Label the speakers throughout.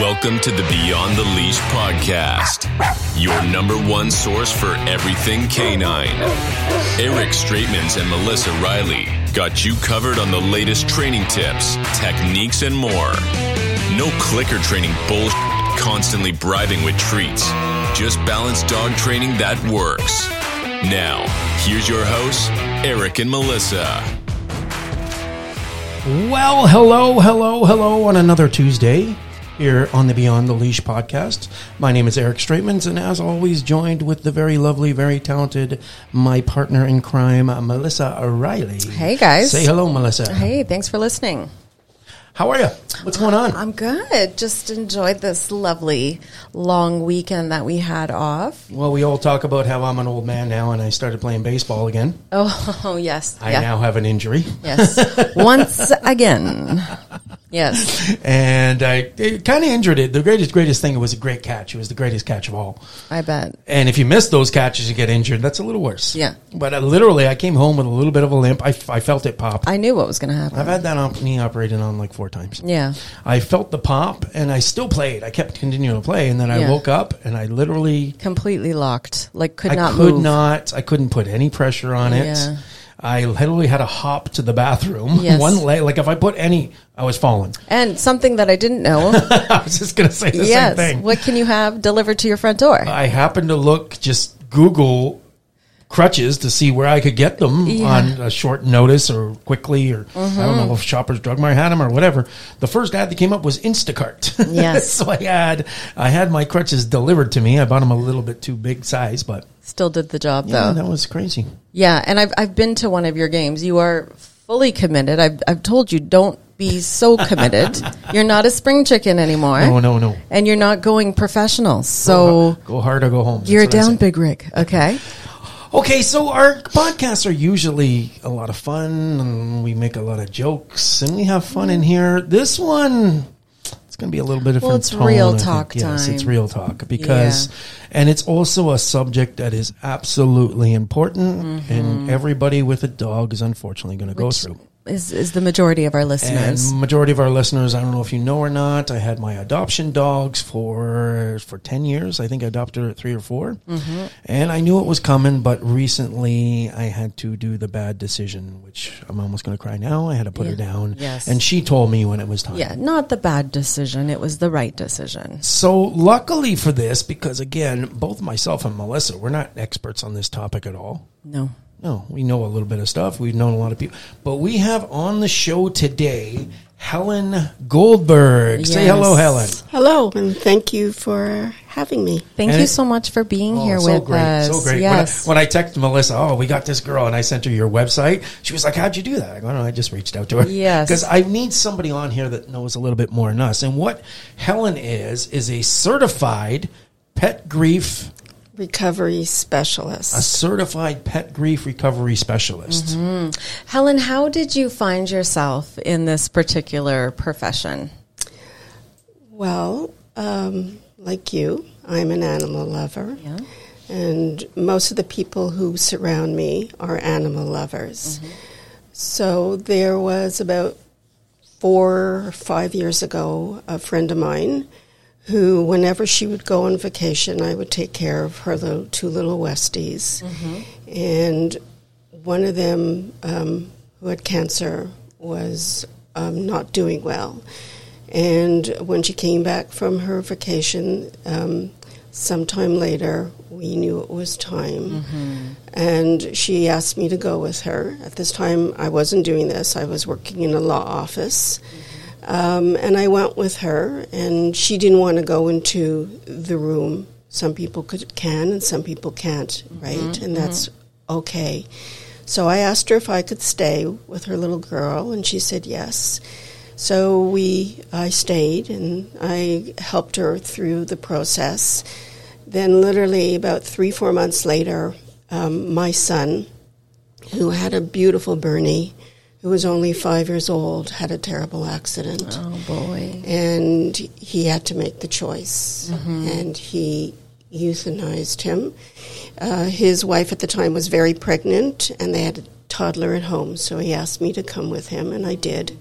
Speaker 1: Welcome to the Beyond the Leash podcast, your number one source for everything canine. Eric Straitmans and Melissa Riley got you covered on the latest training tips, techniques, and more. No clicker training bullshit, constantly bribing with treats. Just balanced dog training that works. Now, here's your hosts, Eric and Melissa.
Speaker 2: Well, hello, hello, hello on another Tuesday here on the Beyond the Leash podcast. My name is Eric Straitmans, and as always, joined with the very lovely, very talented, my partner in crime, Melissa O'Reilly.
Speaker 3: Hey, guys.
Speaker 2: Say hello, Melissa.
Speaker 3: Hey, thanks for listening.
Speaker 2: How are you? What's going on?
Speaker 3: I'm good. Just enjoyed this lovely long weekend that we had off.
Speaker 2: well, we all talk about how I'm an old man now and I started playing baseball again.
Speaker 3: Oh, yes.
Speaker 2: I now have an injury.
Speaker 3: Yes. Once again. Yes.
Speaker 2: And I kind of injured it. The greatest, greatest thing, it was a great catch. It was the greatest catch of all.
Speaker 3: I bet.
Speaker 2: And if you miss those catches and get injured, that's a little worse.
Speaker 3: Yeah.
Speaker 2: But I, literally, I came home with a little bit of a limp. I, f- I felt it pop.
Speaker 3: I knew what was going to
Speaker 2: I've
Speaker 3: happen.
Speaker 2: had that op- knee operated on like four times.
Speaker 3: Yeah.
Speaker 2: I felt the pop and I still played. I kept continuing to play. And then I
Speaker 3: Yeah.
Speaker 2: woke up and I literally,
Speaker 3: Completely locked. Like, could
Speaker 2: I
Speaker 3: not
Speaker 2: could
Speaker 3: move.
Speaker 2: not, I couldn't put any pressure on it.
Speaker 3: Yeah.
Speaker 2: I literally had to hop to the bathroom.
Speaker 3: Yes.
Speaker 2: One leg, like if I put any, I was falling.
Speaker 3: And something that I didn't know.
Speaker 2: I was just going to say the same
Speaker 3: yes.
Speaker 2: thing. Uh,
Speaker 3: What can you have delivered to your front door?
Speaker 2: I happened to look just Google crutches to see where I could get them
Speaker 3: Yeah. Mm-hmm.
Speaker 2: on a short notice or quickly or I don't know if Shoppers Drug Mart had them or whatever. The first ad that came up was Instacart.
Speaker 3: Yes.
Speaker 2: so I had I had my crutches delivered to me. I bought them a little bit too big size, but
Speaker 3: Still did the job,
Speaker 2: yeah,
Speaker 3: though.
Speaker 2: that was crazy.
Speaker 3: Yeah, and I've I've been to one of your games. You are fully committed. I've I've told you don't be so committed. you're not a spring chicken anymore.
Speaker 2: No, no, no.
Speaker 3: And you're not going professional. So
Speaker 2: Go hard or go home. That's
Speaker 3: you're
Speaker 2: what I
Speaker 3: down
Speaker 2: say.
Speaker 3: big rig. Okay.
Speaker 2: Okay, so our podcasts are usually a lot of fun and we make a lot of jokes and we have fun in here. This one it's going to be a little bit of
Speaker 3: Well, it's real talk
Speaker 2: Yes, it's
Speaker 3: time.
Speaker 2: real talk because and it's also a subject that is absolutely important
Speaker 3: Mm-hmm.
Speaker 2: and everybody with a dog is unfortunately going to go through.
Speaker 3: Is is the majority of our
Speaker 2: And
Speaker 3: listeners.
Speaker 2: majority of our listeners, I don't know if you know or not, I had my adoption dogs for for ten years. I think I adopted her at three or 4
Speaker 3: Mm-hmm.
Speaker 2: and I knew it was coming. But recently, I had to do the bad decision, which I'm almost going to cry now. I had to put her
Speaker 3: Yeah.
Speaker 2: down,
Speaker 3: Yes.
Speaker 2: and she told me when it was time.
Speaker 3: yeah, not the bad decision. It was the right decision.
Speaker 2: So luckily for this, because again, both myself and Melissa, we're not experts on this topic at all.
Speaker 3: No.
Speaker 2: No, we know a little bit of stuff. We've known a lot of people. But we have on the show today Helen Goldberg. Say
Speaker 3: Yes.
Speaker 2: hello, Helen.
Speaker 4: Hello, and thank you for having me.
Speaker 3: Thank
Speaker 2: And
Speaker 3: you
Speaker 2: it-
Speaker 3: so much for being
Speaker 2: Oh,
Speaker 3: here
Speaker 2: so
Speaker 3: with
Speaker 2: great,
Speaker 3: us.
Speaker 2: So great. When I-
Speaker 3: Yes.
Speaker 2: When I, texted Melissa, oh, we got this girl, and I sent her your website, she was like, how'd you do that? I go, no, I just reached out to her.
Speaker 3: Yes.
Speaker 2: Because I need somebody on here that knows a little bit more than us. And what Helen is, is a certified pet grief
Speaker 4: Recovery
Speaker 2: a
Speaker 4: specialist.
Speaker 2: certified pet grief recovery specialist.
Speaker 3: Mm-hmm. Helen, how did you find yourself in this particular profession?
Speaker 4: Well, um, like you, I'm an animal lover, and most of the people who surround me are animal lovers. So there was about four or five years ago a friend of mine who, whenever she would go on vacation, I would take care of her little, two little Westies. And one of them, um, who had cancer, was um, not doing well. And when she came back from her vacation, um, sometime later, we knew it was time. And she asked me to go with her. At this time, I wasn't doing this, I was working in a law office. Um, and I went with her, and she didn't want to go into the room. Some people could, can, and some people can't, right? And that's okay. So I asked her if I could stay with her little girl, and she said yes. So we, I stayed, and I helped her through the process. Then, literally about three, four months later, um, my son, who had a beautiful Bernie, who was only five years old, had a terrible accident
Speaker 3: Oh boy.
Speaker 4: and he had to make the choice, and he euthanized him. Uh, his wife at the time was very pregnant, and they had a toddler at home, so he asked me to come with him, and I did.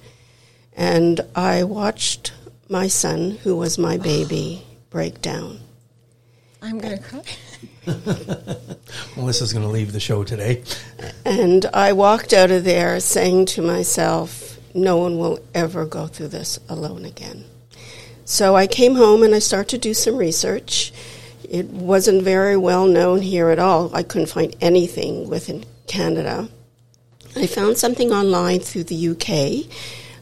Speaker 4: And I watched my son, who was my baby, break down.
Speaker 3: I'm going to cry.
Speaker 2: Melissa's going to leave the show today.
Speaker 4: And I walked out of there saying to myself, no one will ever go through this alone again. So I came home and I started to do some research. It wasn't very well known here at all. I couldn't find anything within Canada. I found something online through the UK.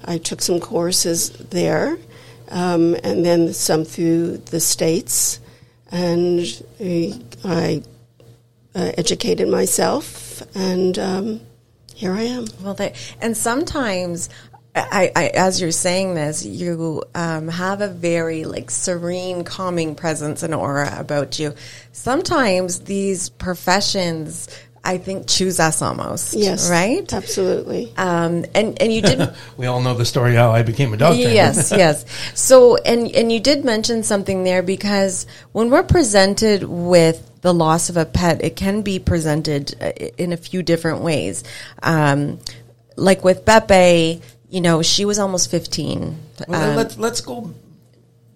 Speaker 4: I took some courses there um, and then some through the States. And uh, I uh, educated myself, and um, here I am.
Speaker 3: Well, they, and sometimes, I, I, as you're saying this, you um, have a very like serene, calming presence and aura about you. Sometimes these professions, I think, choose us almost.
Speaker 4: Yes.
Speaker 3: right.
Speaker 4: Absolutely.
Speaker 3: Um, and and you didn't
Speaker 2: We all know the story how I became a dog trainer.
Speaker 3: yes yes so and and you did mention something there because when we're presented with the loss of a pet it can be presented uh, in a few different ways um, like with beppe you know she was almost 15
Speaker 2: Well,
Speaker 3: Um,
Speaker 2: let's let's go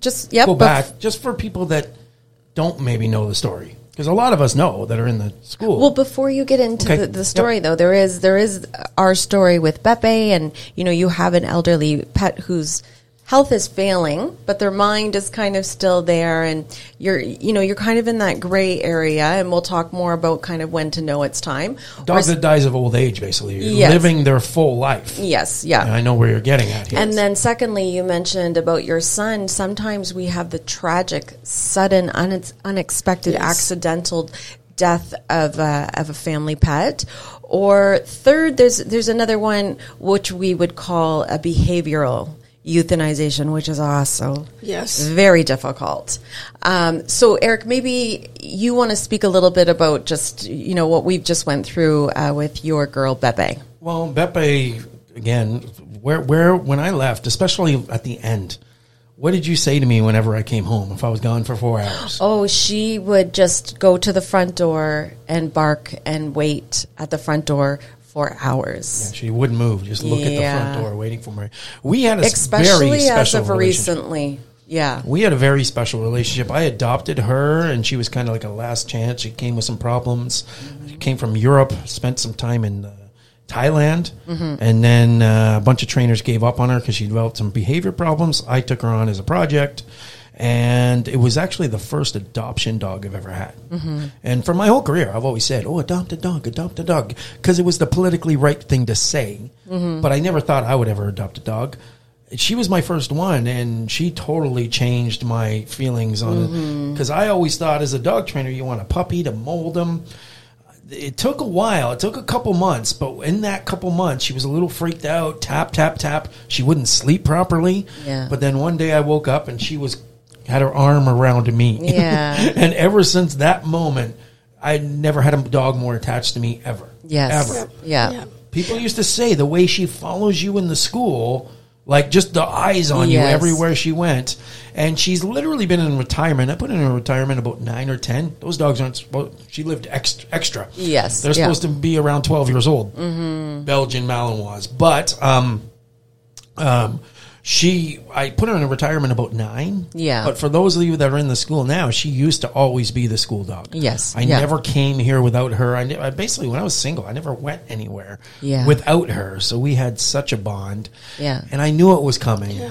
Speaker 3: just yep
Speaker 2: go
Speaker 3: bef-
Speaker 2: back just for people that don't maybe know the story because a lot of us know that are in the school.
Speaker 3: Well, before you get into
Speaker 2: Okay.
Speaker 3: the, the story,
Speaker 2: Yep.
Speaker 3: though, there is there is our story with Beppe, and you know, you have an elderly pet whose health is failing, but their mind is kind of still there, and you're you know you're kind of in that gray area, and we'll talk more about kind of when to know it's time. Or
Speaker 2: Dog
Speaker 3: s-
Speaker 2: that dies of old age, basically, You're
Speaker 3: Yes.
Speaker 2: living their full life.
Speaker 3: yes, yeah.
Speaker 2: And I know where you're getting at here.
Speaker 3: And then, secondly, you mentioned about your son. Sometimes we have the tragic, sudden, un- unexpected, accidental death of a, of a family pet. Or third, there's there's another one which we would call a behavioral euthanization, which is also
Speaker 4: Yes.
Speaker 3: very difficult. Um, so, Eric, maybe you want to speak a little bit about just you know what we've just went through uh, with your girl Bebe.
Speaker 2: Well, Beppe, again, where where when I left, especially at the end, what did you say to me whenever I came home if I was gone for four hours?
Speaker 3: Oh, she would just go to the front door and bark and wait at the front door for hours.
Speaker 2: She wouldn't move; just look at the
Speaker 3: Oh. Yeah.
Speaker 2: front door, waiting for me. We had a s- very
Speaker 3: Especially
Speaker 2: special
Speaker 3: as of
Speaker 2: relationship.
Speaker 3: recently. Yeah.
Speaker 2: We had a very special relationship. I adopted her, and she was kind of like a last chance. She came with some problems. She came from Europe, spent some time in uh, Thailand, and then uh, a bunch of trainers gave up on her because she developed some behavior problems. I took her on as a project, and it was actually the first adoption dog I've ever had. And for my whole career, I've always said, "Oh, adopt a dog, adopt a dog," because it was the politically right thing to say. But I never thought I would ever adopt a dog she was my first one and she totally changed my feelings on it
Speaker 3: Mm-hmm.
Speaker 2: because i always thought as a dog trainer you want a puppy to mold them it took a while it took a couple months but in that couple months she was a little freaked out tap tap tap she wouldn't sleep properly
Speaker 3: Yeah.
Speaker 2: but then one day i woke up and she was had her arm around me
Speaker 3: Yeah.
Speaker 2: and ever since that moment i never had a dog more attached to me ever
Speaker 3: Yes.
Speaker 2: ever
Speaker 3: Yeah.
Speaker 4: Yeah.
Speaker 2: People used to say the way she follows you in the school, like just the eyes on you
Speaker 3: Yes.
Speaker 2: everywhere she went. And she's literally been in retirement. I put her in retirement about nine or ten. Those dogs aren't supposed. She lived extra. extra.
Speaker 3: Yes,
Speaker 2: they're
Speaker 3: yeah. Mm-hmm.
Speaker 2: supposed to be around twelve years old. Belgian Malinois, but um, um, she. I put her in retirement about nine.
Speaker 3: Yeah.
Speaker 2: But for those of you that are in the school now, she used to always be the school dog.
Speaker 3: Yes,
Speaker 2: I
Speaker 3: yeah.
Speaker 2: never came here without her. I, ne- I basically, when I was single, I never went anywhere
Speaker 3: Yeah.
Speaker 2: without her. So we had such a bond.
Speaker 3: Yeah.
Speaker 2: And I knew it was coming.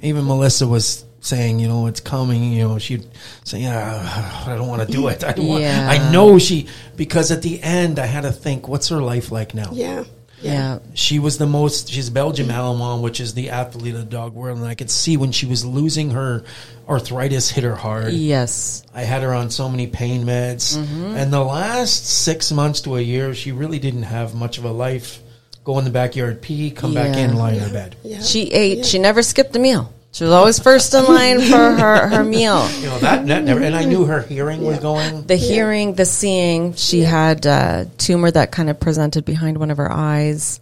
Speaker 2: Even Melissa was saying, you know, it's coming. You know, she'd say, yeah, I don't want to do it. I don't
Speaker 3: Yeah.
Speaker 2: want, I know she, because at the end, I had to think, what's her life like now?
Speaker 4: Yeah.
Speaker 3: Yeah.
Speaker 2: she was the most she's Belgian Malinois, which is the athlete of the dog world, and I could see when she was losing her arthritis hit her hard.
Speaker 3: Yes.
Speaker 2: I had her on so many pain meds,
Speaker 3: Mm-hmm.
Speaker 2: and the last six months to a year, she really didn't have much of a life. Go in the backyard, pee, come back
Speaker 3: Yeah.
Speaker 2: in, lie in her bed.
Speaker 4: Yeah.
Speaker 3: She ate, she never skipped a meal. She was always first in line for her, her meal.
Speaker 2: You know that, that never, and I knew her hearing was going.
Speaker 3: The hearing, the seeing, she had a tumor that kind of presented behind one of her eyes.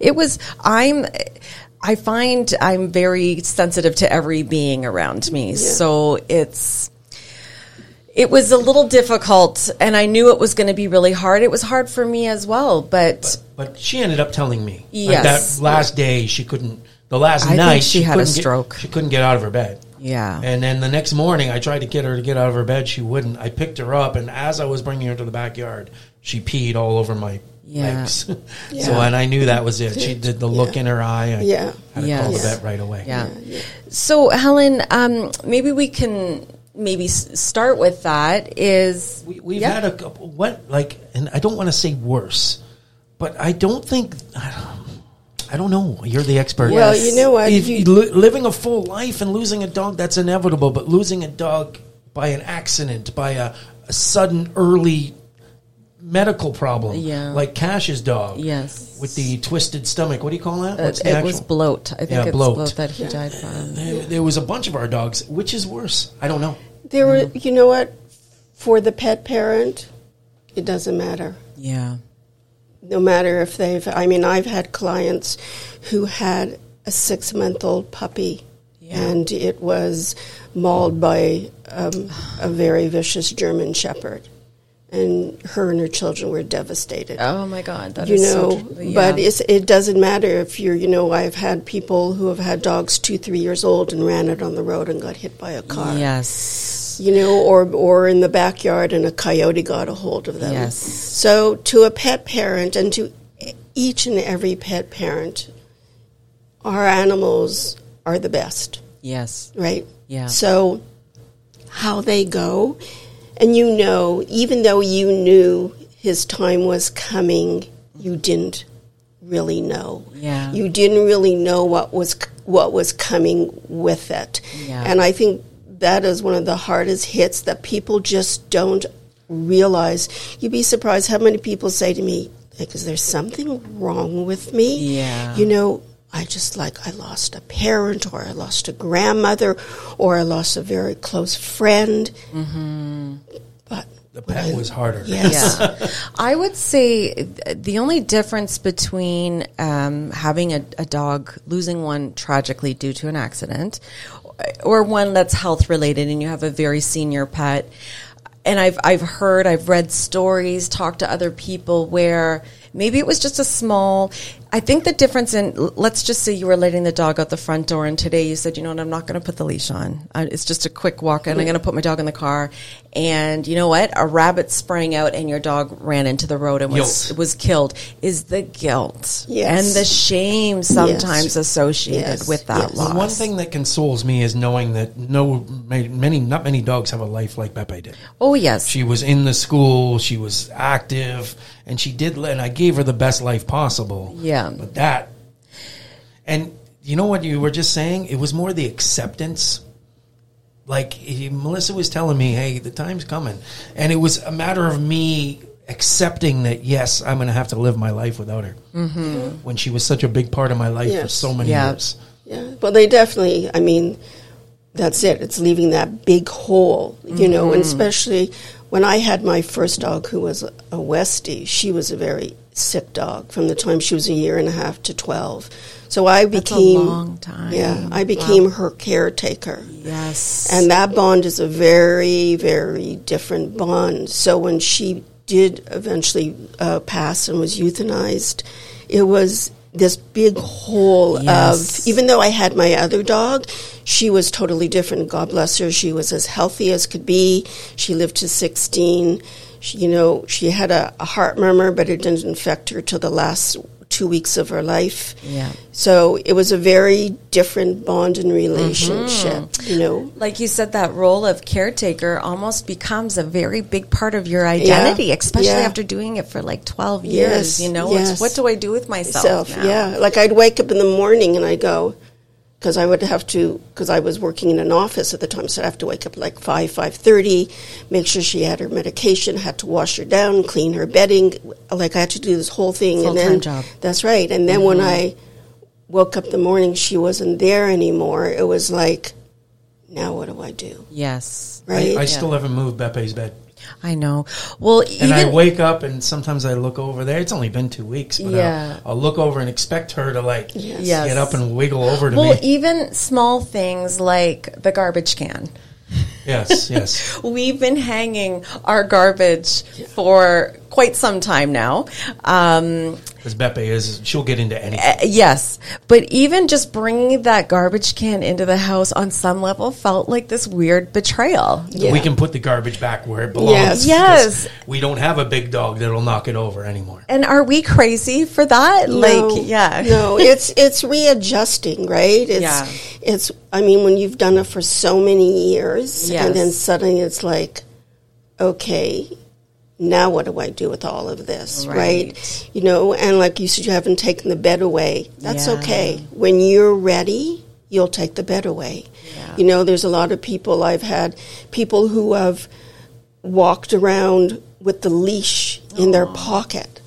Speaker 3: It was, I'm, I find I'm very sensitive to every being around me. So it's, it was a little difficult and I knew it was going to be really hard. It was hard for me as well, but,
Speaker 2: But she ended up telling me like,
Speaker 3: Yes.
Speaker 2: that last day she couldn't the last
Speaker 3: I think
Speaker 2: night
Speaker 3: she had a
Speaker 2: couldn't get-
Speaker 3: stroke.
Speaker 2: she couldn't get out of her bed.
Speaker 3: Yeah.
Speaker 2: And then the next morning, I tried to get her to get out of her bed. She wouldn't. I picked her up, and as I was bringing her to the backyard, she peed all over my
Speaker 3: Yeah.
Speaker 2: legs. so,
Speaker 4: Yeah.
Speaker 2: and I knew that was it. She did the look in her eye. I
Speaker 4: Yeah.
Speaker 2: had to call the
Speaker 3: Yes.
Speaker 2: vet right away.
Speaker 3: Yeah. So, Helen, um, maybe we can maybe s- start with that. Is
Speaker 2: We, we've
Speaker 3: Yeah.
Speaker 2: had a couple, what like, and I don't want to say worse, but I don't think. I don't, I don't know. You're the expert.
Speaker 4: Well, you know what?
Speaker 2: If
Speaker 4: You-
Speaker 2: you, li- living a full life and losing a dog, that's inevitable. But losing a dog by an accident, by a, a sudden early medical problem,
Speaker 3: Yeah.
Speaker 2: like Cash's dog,
Speaker 3: Yes.
Speaker 2: with the twisted stomach. What do you call that? What's
Speaker 3: Uh, it,
Speaker 2: the
Speaker 3: was
Speaker 2: actual-
Speaker 3: bloat? I think
Speaker 2: Yeah,
Speaker 3: it's
Speaker 2: bloat.
Speaker 3: bloat, that he died from.
Speaker 2: There, there was a bunch of our dogs. Which is worse? I don't know.
Speaker 4: There were, you know what? For the pet parent, it doesn't matter.
Speaker 3: Yeah.
Speaker 4: No matter if they've, I mean, I've had clients who had a six month old puppy and it was mauled by um, a very vicious German Shepherd. And her and her children were devastated.
Speaker 3: Oh my God. That
Speaker 4: you
Speaker 3: is
Speaker 4: know,
Speaker 3: so. tr- yeah.
Speaker 4: but it's, it doesn't matter if you're, you know, I've had people who have had dogs two, three years old and ran it on the road and got hit by a car.
Speaker 3: yes.
Speaker 4: you know, or or in the backyard, and a coyote got a hold of them.
Speaker 3: Yes.
Speaker 4: So to a pet parent, and to each and every pet parent, our animals are the best,
Speaker 3: Yes.
Speaker 4: right?
Speaker 3: Yeah.
Speaker 4: So how they go, and you know, even though you knew his time was coming, you didn't really know.
Speaker 3: Yeah.
Speaker 4: You didn't really know what was c- what was coming with it.
Speaker 3: Yeah.
Speaker 4: And I think that is one of the hardest hits that people just don't realize. You'd be surprised how many people say to me, like, is there something wrong with me?
Speaker 3: Yeah.
Speaker 4: You know, I just like, I lost a parent or I lost a grandmother or I lost a very close friend. Mm-hmm. But
Speaker 2: The pet was harder.
Speaker 4: yes.
Speaker 3: Yeah. I would say th- the only difference between um, having a, a dog, losing one tragically due to an accident, or one that's health related and you have a very senior pet. And I've, I've heard, I've read stories, talked to other people where maybe it was just a small. I think the difference in, l- let's just say you were letting the dog out the front door, and today you said, you know what, I'm not going to put the leash on. I, it's just a quick walk, and I'm going to put my dog in the car. And you know what? A rabbit sprang out, and your dog ran into the road and was
Speaker 2: Guilt.
Speaker 3: was killed. Is the guilt
Speaker 4: Yes.
Speaker 3: and the shame sometimes associated
Speaker 4: Yes.
Speaker 3: with that
Speaker 4: Yes.
Speaker 2: The
Speaker 3: loss?
Speaker 2: one thing that consoles me is knowing that no ma- many not many dogs have a life like Beppe did.
Speaker 3: Oh yes,
Speaker 2: She was in the school, she was active, and she did. And I gave her the best life possible.
Speaker 3: Yeah.
Speaker 2: but that, and you know what you were just saying, it was more the acceptance. Like eh, Melissa was telling me, "Hey, the time's coming," and it was a matter of me accepting that yes, I'm going to have to live my life without her. Mm-hmm. When she was such a big part of my life for
Speaker 4: Yes.
Speaker 2: so many
Speaker 3: Yeah.
Speaker 2: years.
Speaker 4: Yeah, well, they definitely. I mean, that's it. It's leaving that big hole, you know.
Speaker 3: Mm-hmm.
Speaker 4: And especially when I had my first dog, who was a Westie, she was a very sick dog from the time she was a year and a half to twelve. So I
Speaker 3: a
Speaker 4: became
Speaker 3: long time.
Speaker 4: Yeah, I
Speaker 3: Wow.
Speaker 4: became her caretaker.
Speaker 3: yes,
Speaker 4: And that bond is a very, very different bond. So when she did eventually uh, pass and was euthanized, it was this big hole
Speaker 3: Yes.
Speaker 4: of, even though I had my other dog, she was totally different. God bless her. She was as healthy as could be. She lived to 16. She, you know, she had a, a heart murmur, but it didn't affect her till the last two weeks of her life.
Speaker 3: Yeah.
Speaker 4: So it was a very different bond and relationship,
Speaker 3: Mm-hmm.
Speaker 4: you know.
Speaker 3: like you said, that role of caretaker almost becomes a very big part of your identity, especially
Speaker 4: Yeah.
Speaker 3: after doing it for like 12 years.
Speaker 4: Yes.
Speaker 3: You know, it's
Speaker 4: Yes.
Speaker 3: what do I do with myself?
Speaker 4: myself.
Speaker 3: now?
Speaker 4: Yeah, like I'd wake up in the morning and I go because I would have to because I was working in an office at the time, so I would have to wake up like five five thirty, make sure she had her medication, had to wash her down, clean her bedding. Like I had to do this whole thing, and
Speaker 3: Full-time
Speaker 4: then
Speaker 3: job. Mm-hmm.
Speaker 4: that's right. And then when I woke up the morning, she wasn't there anymore. It was like, now what do I do?
Speaker 3: Yes.
Speaker 4: Right?
Speaker 2: I, I still haven't moved Beppe's bed.
Speaker 3: I know. Well,
Speaker 2: And
Speaker 3: even.
Speaker 2: I wake up and sometimes I look over there. It's only been two weeks, but
Speaker 3: Yeah.
Speaker 2: I'll, I'll look over and expect her to like
Speaker 3: Yes.
Speaker 2: get up and wiggle over to
Speaker 3: well, e-
Speaker 2: me.
Speaker 3: even small things like the garbage can.
Speaker 2: yes, yes.
Speaker 3: We've been hanging our garbage for quite some time now. Um,
Speaker 2: Because Beppe is, she'll get into anything.
Speaker 3: Uh, yes, but even just bringing that garbage can into the house on some level felt like this weird betrayal.
Speaker 4: Yeah.
Speaker 2: We can put the garbage back where it belongs.
Speaker 4: Yes.
Speaker 2: because
Speaker 3: Yes.
Speaker 2: We don't have a big dog that'll knock it over anymore.
Speaker 3: And are we crazy for that?
Speaker 4: No,
Speaker 3: like, yeah.
Speaker 4: no, it's it's readjusting, right? It's,
Speaker 3: Yeah.
Speaker 4: it's. I mean, when you've done it for so many years,
Speaker 3: Yes.
Speaker 4: and then suddenly it's like, okay, now what do I do with all of this, right?
Speaker 3: Right.
Speaker 4: You know, and like you said, you haven't taken the bed away. That's
Speaker 3: Yeah.
Speaker 4: okay. When you're ready, you'll take the bed away. You know, there's a lot of people I've had people who have walked around with the leash in their pocket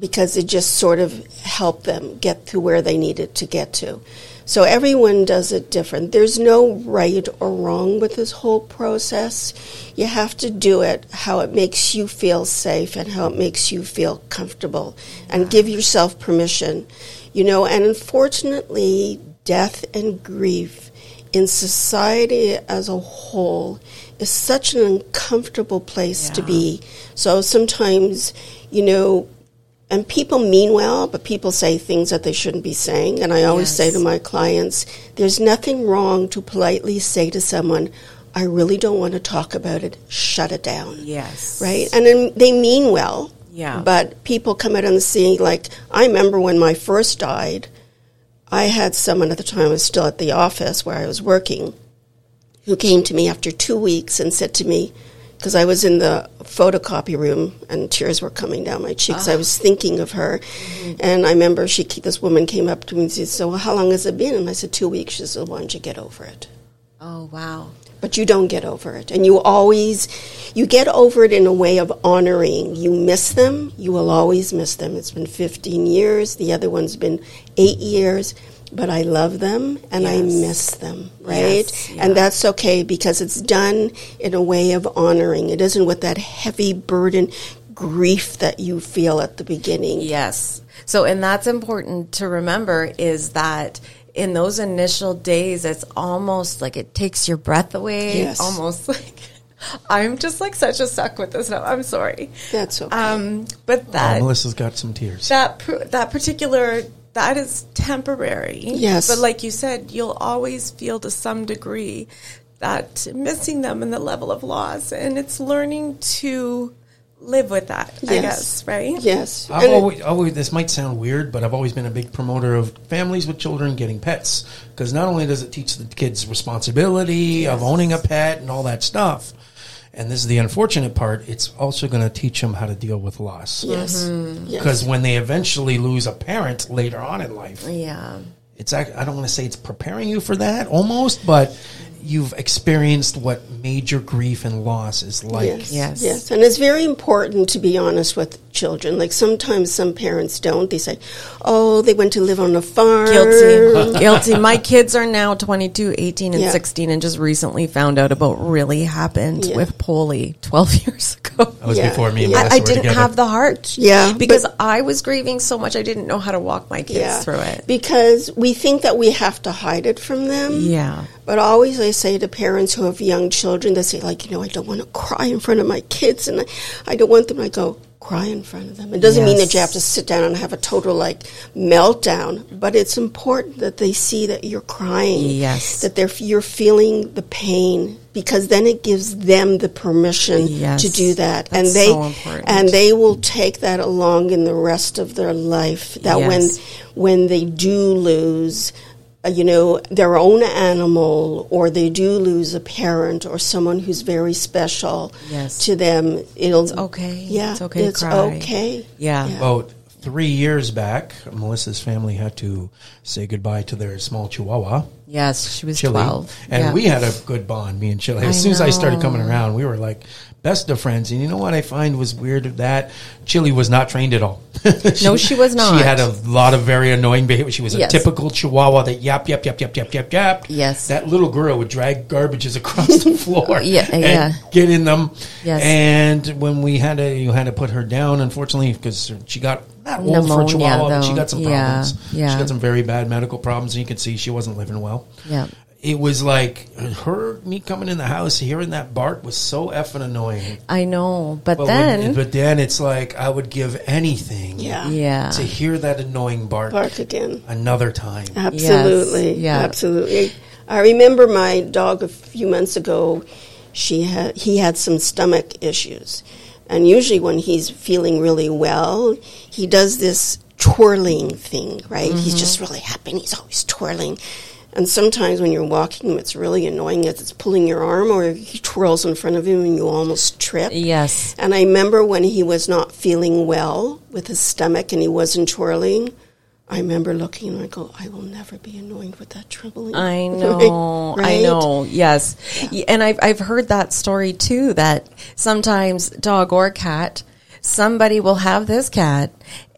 Speaker 4: because it just sort of helped them get to where they needed to get to. So everyone does it different. There's no right or wrong with this whole process. You have to do it how it makes you feel safe and how it makes you feel comfortable and give yourself permission. You know, and unfortunately, death and grief in society as a whole is such an uncomfortable place to be. So sometimes, you know, and people mean well, but people say things that they shouldn't be saying. And I always say
Speaker 3: Yes.
Speaker 4: to my clients, there's nothing wrong to politely say to someone, I really don't want to talk about it. Shut it down.
Speaker 3: Yes.
Speaker 4: Right? And then they mean well.
Speaker 3: Yeah.
Speaker 4: But people come out on the scene like I remember when my first died, I had someone at the time I was still at the office where I was working who came to me after two weeks and said to me, because I was in the photocopy room and tears were coming down my
Speaker 3: Ah.
Speaker 4: cheeks. I was thinking of her.
Speaker 3: Mm-hmm.
Speaker 4: And I remember she, this woman came up to me and said, So, how long has it been? And I said, Two weeks. She said, Why don't you get over it?
Speaker 3: Oh, wow.
Speaker 4: but you don't get over it and you always you get over it in a way of honoring you miss them you will always miss them it's been 15 years the other one's been 8 years but i love them and i
Speaker 3: Yes.
Speaker 4: miss them right
Speaker 3: Yes, yeah.
Speaker 4: and that's okay because it's done in a way of honoring it isn't with that heavy burden grief that you feel at the beginning
Speaker 3: Yes. So, and that's important to remember is that in those initial days, it's almost like it takes your breath away.
Speaker 4: Yes.
Speaker 3: Almost like I'm just like such a suck with this now. I'm sorry.
Speaker 4: that's okay
Speaker 3: Um, but
Speaker 2: Oh,
Speaker 3: that
Speaker 2: Melissa's got some tears.
Speaker 3: that pr- that particular that is temporary.
Speaker 4: Yes.
Speaker 3: But like you said, you'll always feel to some degree that missing them and the level of loss, and it's learning to live with that. I
Speaker 4: Yes.
Speaker 3: guess right.
Speaker 4: yes
Speaker 2: I've
Speaker 4: And-
Speaker 2: always, always, this might sound weird, but I've always been a big promoter of families with children getting pets because not only does it teach the kids responsibility of owning a pet and all that stuff, and this is the unfortunate part, it's also going to teach them how to deal with loss.
Speaker 4: yes yes.
Speaker 2: Because when they eventually lose a parent later on in life,
Speaker 3: Yeah.
Speaker 2: it's ac- I don't want to say it's preparing you for that almost, but you've experienced what major grief and loss is like.
Speaker 4: Yes.
Speaker 3: Yes.
Speaker 4: Yes. And it's very important to be honest with children. Like sometimes some parents don't. They say, oh, they went to live on a farm.
Speaker 3: Guilty. Guilty. My kids are now 22, 18, and
Speaker 4: Yeah.
Speaker 3: 16, and just recently found out about what really happened
Speaker 4: Yeah.
Speaker 3: with Polly 12 years ago.
Speaker 2: That was
Speaker 4: Yeah.
Speaker 2: before me and
Speaker 4: Yeah.
Speaker 2: Melissa
Speaker 3: I, I
Speaker 2: were
Speaker 3: didn't
Speaker 2: together.
Speaker 3: have the heart.
Speaker 4: Yeah,
Speaker 3: Because
Speaker 4: but-
Speaker 3: I was grieving so much, I didn't know how to walk my kids
Speaker 4: Yeah.
Speaker 3: through it.
Speaker 4: Because we think that we have to hide it from them.
Speaker 3: Yeah.
Speaker 4: But always I say to parents who have young children, they say, like, you know, I don't want to cry in front of my kids. And I, I don't want them. I go, cry in front of them. It doesn't mean that you
Speaker 3: Yes.
Speaker 4: have to sit down and have a total, like, meltdown. But it's important that they see that you're crying.
Speaker 3: Yes.
Speaker 4: That they're, you're feeling the pain because then it gives them the permission
Speaker 3: Yes.
Speaker 4: to do that.
Speaker 3: That's
Speaker 4: and they,
Speaker 3: so important.
Speaker 4: and they will take that along in the rest of their life. That
Speaker 3: Yes.
Speaker 4: when, when they do lose, uh, you know, their own animal, or they do lose a parent or someone who's very special
Speaker 3: Yes.
Speaker 4: to them, it'll it's
Speaker 3: okay.
Speaker 4: Yeah,
Speaker 3: It's okay to
Speaker 4: It's
Speaker 3: cry.
Speaker 4: okay.
Speaker 3: Yeah.
Speaker 2: About three years back, Melissa's family had to say goodbye to their small chihuahua,
Speaker 3: Yes, she was
Speaker 2: Chili.
Speaker 3: 12.
Speaker 2: And
Speaker 3: Yeah.
Speaker 2: we had a good bond, me and Chili. As
Speaker 3: I
Speaker 2: soon as I started
Speaker 3: know.
Speaker 2: coming around, we were like best of friends. And you know what I find was weird of that? Chili was not trained at all.
Speaker 3: No, she was not.
Speaker 2: She had a lot of very annoying behavior. She was a
Speaker 3: Yes.
Speaker 2: typical chihuahua that yap, yap, yap, yap, yap, yap, yap.
Speaker 3: Yes.
Speaker 2: That little girl would drag garbages across the floor.
Speaker 3: Yeah,
Speaker 2: and
Speaker 3: yeah.
Speaker 2: Get in them.
Speaker 3: Yes.
Speaker 2: And when we had to, you had to put her down, unfortunately, because she got not old for a
Speaker 3: Pneumonia,
Speaker 2: chihuahua, but she
Speaker 3: though.
Speaker 2: got some
Speaker 3: Yeah,
Speaker 2: problems. She
Speaker 3: yeah.
Speaker 2: got some very bad medical problems. And you could see she wasn't living well.
Speaker 3: Yeah.
Speaker 2: it was like her me coming in the house hearing that bark was so effing annoying.
Speaker 3: I know, but,
Speaker 2: But
Speaker 3: then,
Speaker 2: when, but then it's like I would give anything
Speaker 4: Yeah.
Speaker 3: yeah,
Speaker 2: to hear that annoying bark,
Speaker 4: Bark again.
Speaker 2: another time.
Speaker 4: Absolutely.
Speaker 3: yeah.
Speaker 4: Absolutely. I remember my dog a few months ago. She had he had some stomach issues, and usually when he's feeling really well, he does this twirling thing. Right? He's just really happy. and He's always twirling. And sometimes when you're walking him, it's really annoying as it's pulling your arm or he twirls in front of you and you almost trip.
Speaker 3: yes,
Speaker 4: And I remember when he was not feeling well with his stomach and he wasn't twirling. I remember looking and I go, I will never be annoyed with that twirling.
Speaker 3: I know, I
Speaker 4: Right?
Speaker 3: know, yes, Y- and I've I've heard that story too. That sometimes dog or cat, somebody will have this cat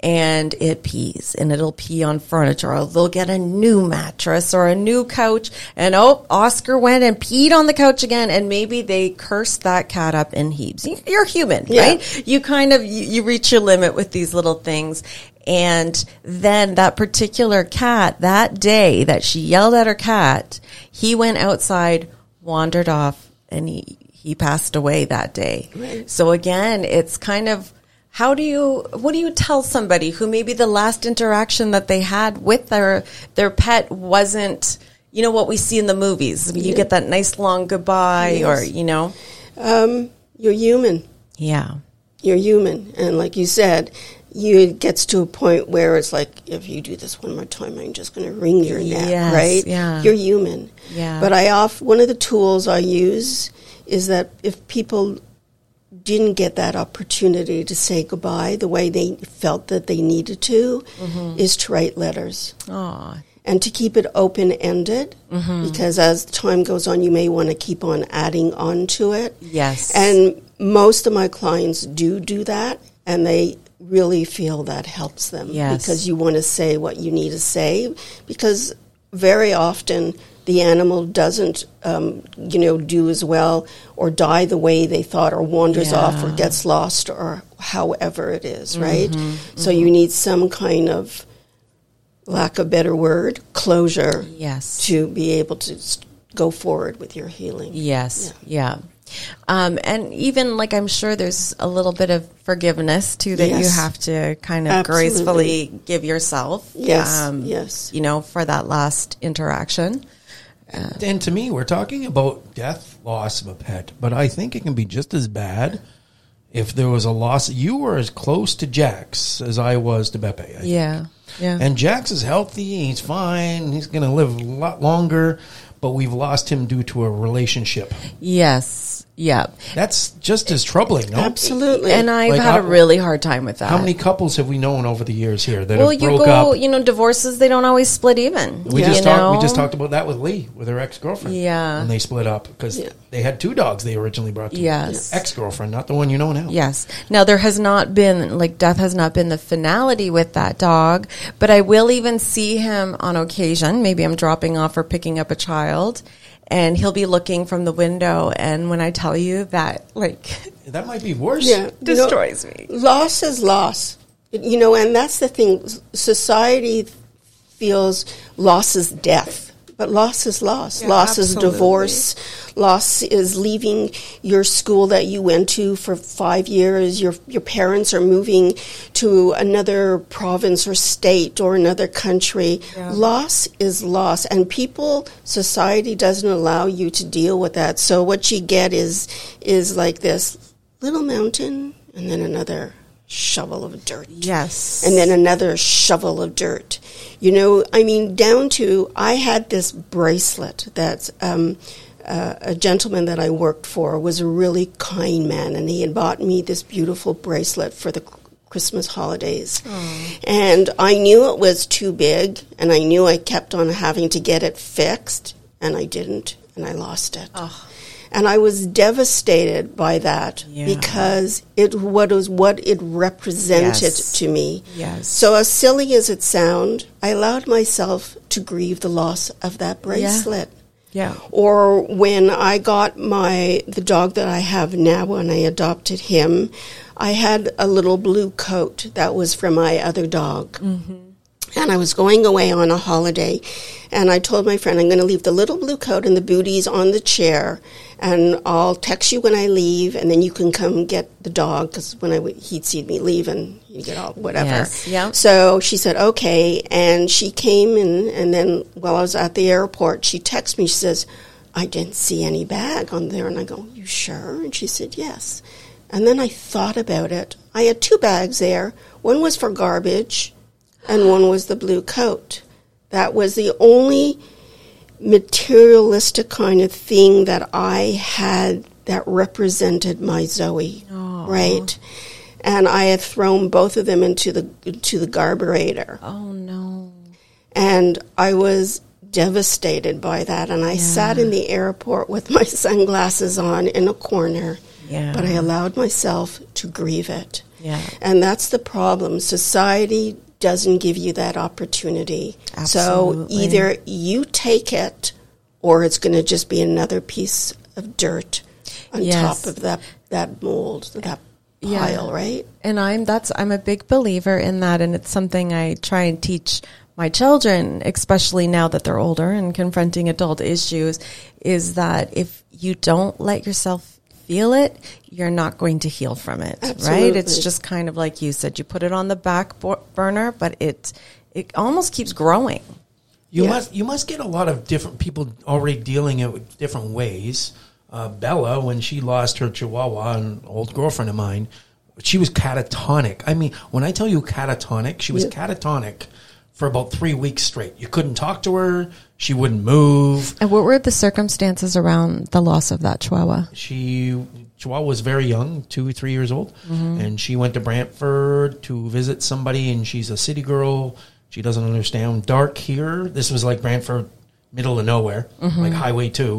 Speaker 3: and it pees and it'll pee on furniture. Or they'll get a new mattress or a new couch, and oh, Oscar went and peed on the couch again, and maybe they cursed that cat up in heaps. Y- You're human,
Speaker 4: Yeah.
Speaker 3: right? you kind of you, you reach your limit with these little things and then that particular cat that day that she yelled at her cat he went outside wandered off and he he passed away that day so again it's kind of how do you what do you tell somebody who maybe the last interaction that they had with their their pet wasn't you know what we see in the movies you get that nice long goodbye or you know
Speaker 4: You're human.
Speaker 3: yeah
Speaker 4: You're human. And like you said, you, it gets to a point where it's like, if you do this one more time, I'm just going to wring your neck,
Speaker 3: Yes,
Speaker 4: right?
Speaker 3: yeah.
Speaker 4: You're human.
Speaker 3: Yeah.
Speaker 4: But I off one of the tools I use is that if people didn't get that opportunity to say goodbye the way they felt that they needed to,
Speaker 3: Mm-hmm.
Speaker 4: is to write letters
Speaker 3: oh
Speaker 4: and to keep it open ended
Speaker 3: Mm-hmm.
Speaker 4: because as time goes on, you may want to keep on adding on to it.
Speaker 3: Yes.
Speaker 4: And most of my clients do do that and they really feel that helps them
Speaker 3: Yes.
Speaker 4: because you want to say what you need to say because very often the animal doesn't um, you know do as well or die the way they thought or wanders off or
Speaker 3: Yeah. Mm-hmm,
Speaker 4: gets lost or however it is right so you need some kind of lack of better word, closure
Speaker 3: yes
Speaker 4: to be able to s- go forward with your healing.
Speaker 3: Yes. Yeah. Um, and even like I'm sure there's a little bit of forgiveness too that you
Speaker 4: Yes.
Speaker 3: have to kind of
Speaker 4: Absolutely.
Speaker 3: gracefully give yourself. um,
Speaker 4: Yes, yes.
Speaker 3: You know, for that last interaction.
Speaker 2: And to me, we're talking about death, loss of a pet, but I think it can be just as bad if there was a loss. You were as close to Jax as I was to Beppe. I think.
Speaker 3: Yeah. Yeah.
Speaker 2: And Jax is healthy. He's fine. He's going to live a lot longer, but we've lost him due to a relationship.
Speaker 3: yes. Yeah.
Speaker 2: That's just as troubling. No?
Speaker 4: Absolutely.
Speaker 3: And I've
Speaker 2: Like,
Speaker 3: had a
Speaker 2: how-
Speaker 3: really hard time with that.
Speaker 2: How many couples have we known over the years here that
Speaker 3: well,
Speaker 2: have
Speaker 3: you
Speaker 2: broke
Speaker 3: go,
Speaker 2: up?
Speaker 3: you know, divorces, they don't always split even.
Speaker 2: we
Speaker 3: you
Speaker 2: just talked. We
Speaker 3: know?
Speaker 2: just talked about that with Lee, with her ex girlfriend.
Speaker 3: Yeah.
Speaker 2: when they split up because
Speaker 4: Yeah.
Speaker 2: they had two dogs they originally brought. to
Speaker 3: Yes.
Speaker 2: ex girlfriend, not the one you know now.
Speaker 3: Yes. Now there has not been like death has not been the finality with that dog, but I will even see him on occasion. Maybe I'm dropping off or picking up a child and he'll be looking from the window and when I tell you that like
Speaker 2: that might be worse.
Speaker 4: yeah, you know,
Speaker 3: destroys me.
Speaker 4: loss is loss. You know, and that's the thing. S- Society feels loss is death, but loss is loss. loss
Speaker 3: absolutely.
Speaker 4: is divorce. Loss is leaving your school that you went to for five years. Your your parents are moving to another province or state or another country. Loss is loss, and people society doesn't allow you to deal with that. So what you get is is like this little mountain, and then another shovel of dirt
Speaker 3: Yes.
Speaker 4: and then another shovel of dirt. You know, I mean, down to I had this bracelet that um, uh, a gentleman that I worked for was a really kind man, and he had bought me this beautiful bracelet for the Christmas holidays. And I knew it was too big, and I knew I kept on having to get it fixed, and I didn't, and I lost it. And I was devastated by that
Speaker 3: Yeah.
Speaker 4: because it what was what it represented
Speaker 3: Yes.
Speaker 4: to me.
Speaker 3: Yes.
Speaker 4: So as silly as it sound, I allowed myself to grieve the loss of that bracelet.
Speaker 3: yeah.
Speaker 4: Or when I got my the dog that I have now when I adopted him, I had a little blue coat that was from my other dog. And I was going away on a holiday, and I told my friend, I'm going to leave the little blue coat and the booties on the chair, and I'll text you when I leave, and then you can come get the dog, because when I w- he'd see me leave, and he'd get all whatever.
Speaker 3: Yes, yeah.
Speaker 4: So she said, okay, and she came in, and then while I was at the airport, she texted me, she says, I didn't see any bag on there, and I go, you sure? And she said, yes. And then I thought about it. I had two bags there. One was for garbage, and one was the blue coat. That was the only materialistic kind of thing that I had that represented my Zoe, right? And I had thrown both of them into the to the carburetor
Speaker 3: Oh no.
Speaker 4: and I was devastated by that. And I sat in the airport with my sunglasses on in a corner,
Speaker 3: Yeah.
Speaker 4: but I allowed myself to grieve it.
Speaker 3: Yeah.
Speaker 4: And that's the problem. Society doesn't give you that opportunity.
Speaker 3: Absolutely.
Speaker 4: So either you take it or it's going to just be another piece of dirt on
Speaker 3: Yes.
Speaker 4: top of that, that mold, that
Speaker 3: Yeah.
Speaker 4: pile, right?
Speaker 3: and i'm that's i'm a big believer in that and it's something i try and teach my children especially now that they're older and confronting adult issues is that if you don't let yourself feel it you're not going to heal from it right it's
Speaker 4: Absolutely.
Speaker 3: just kind of like you said you put it on the back bo- burner but it it almost keeps growing
Speaker 2: You
Speaker 4: Yeah.
Speaker 2: must you must get a lot of different people already dealing it with different ways. Uh, Bella, when she lost her Chihuahua, an old girlfriend of mine, she was catatonic. I mean, when I tell you catatonic, she was catatonic for about three weeks straight. You couldn't talk to her. She wouldn't move.
Speaker 3: and what were the circumstances around the loss of that chihuahua
Speaker 2: She Chihuahua was very young, two three years old, and she went to Brantford to visit somebody. And she's a city girl. She doesn't understand dark here. This was like Brantford, middle of nowhere, like Highway Two.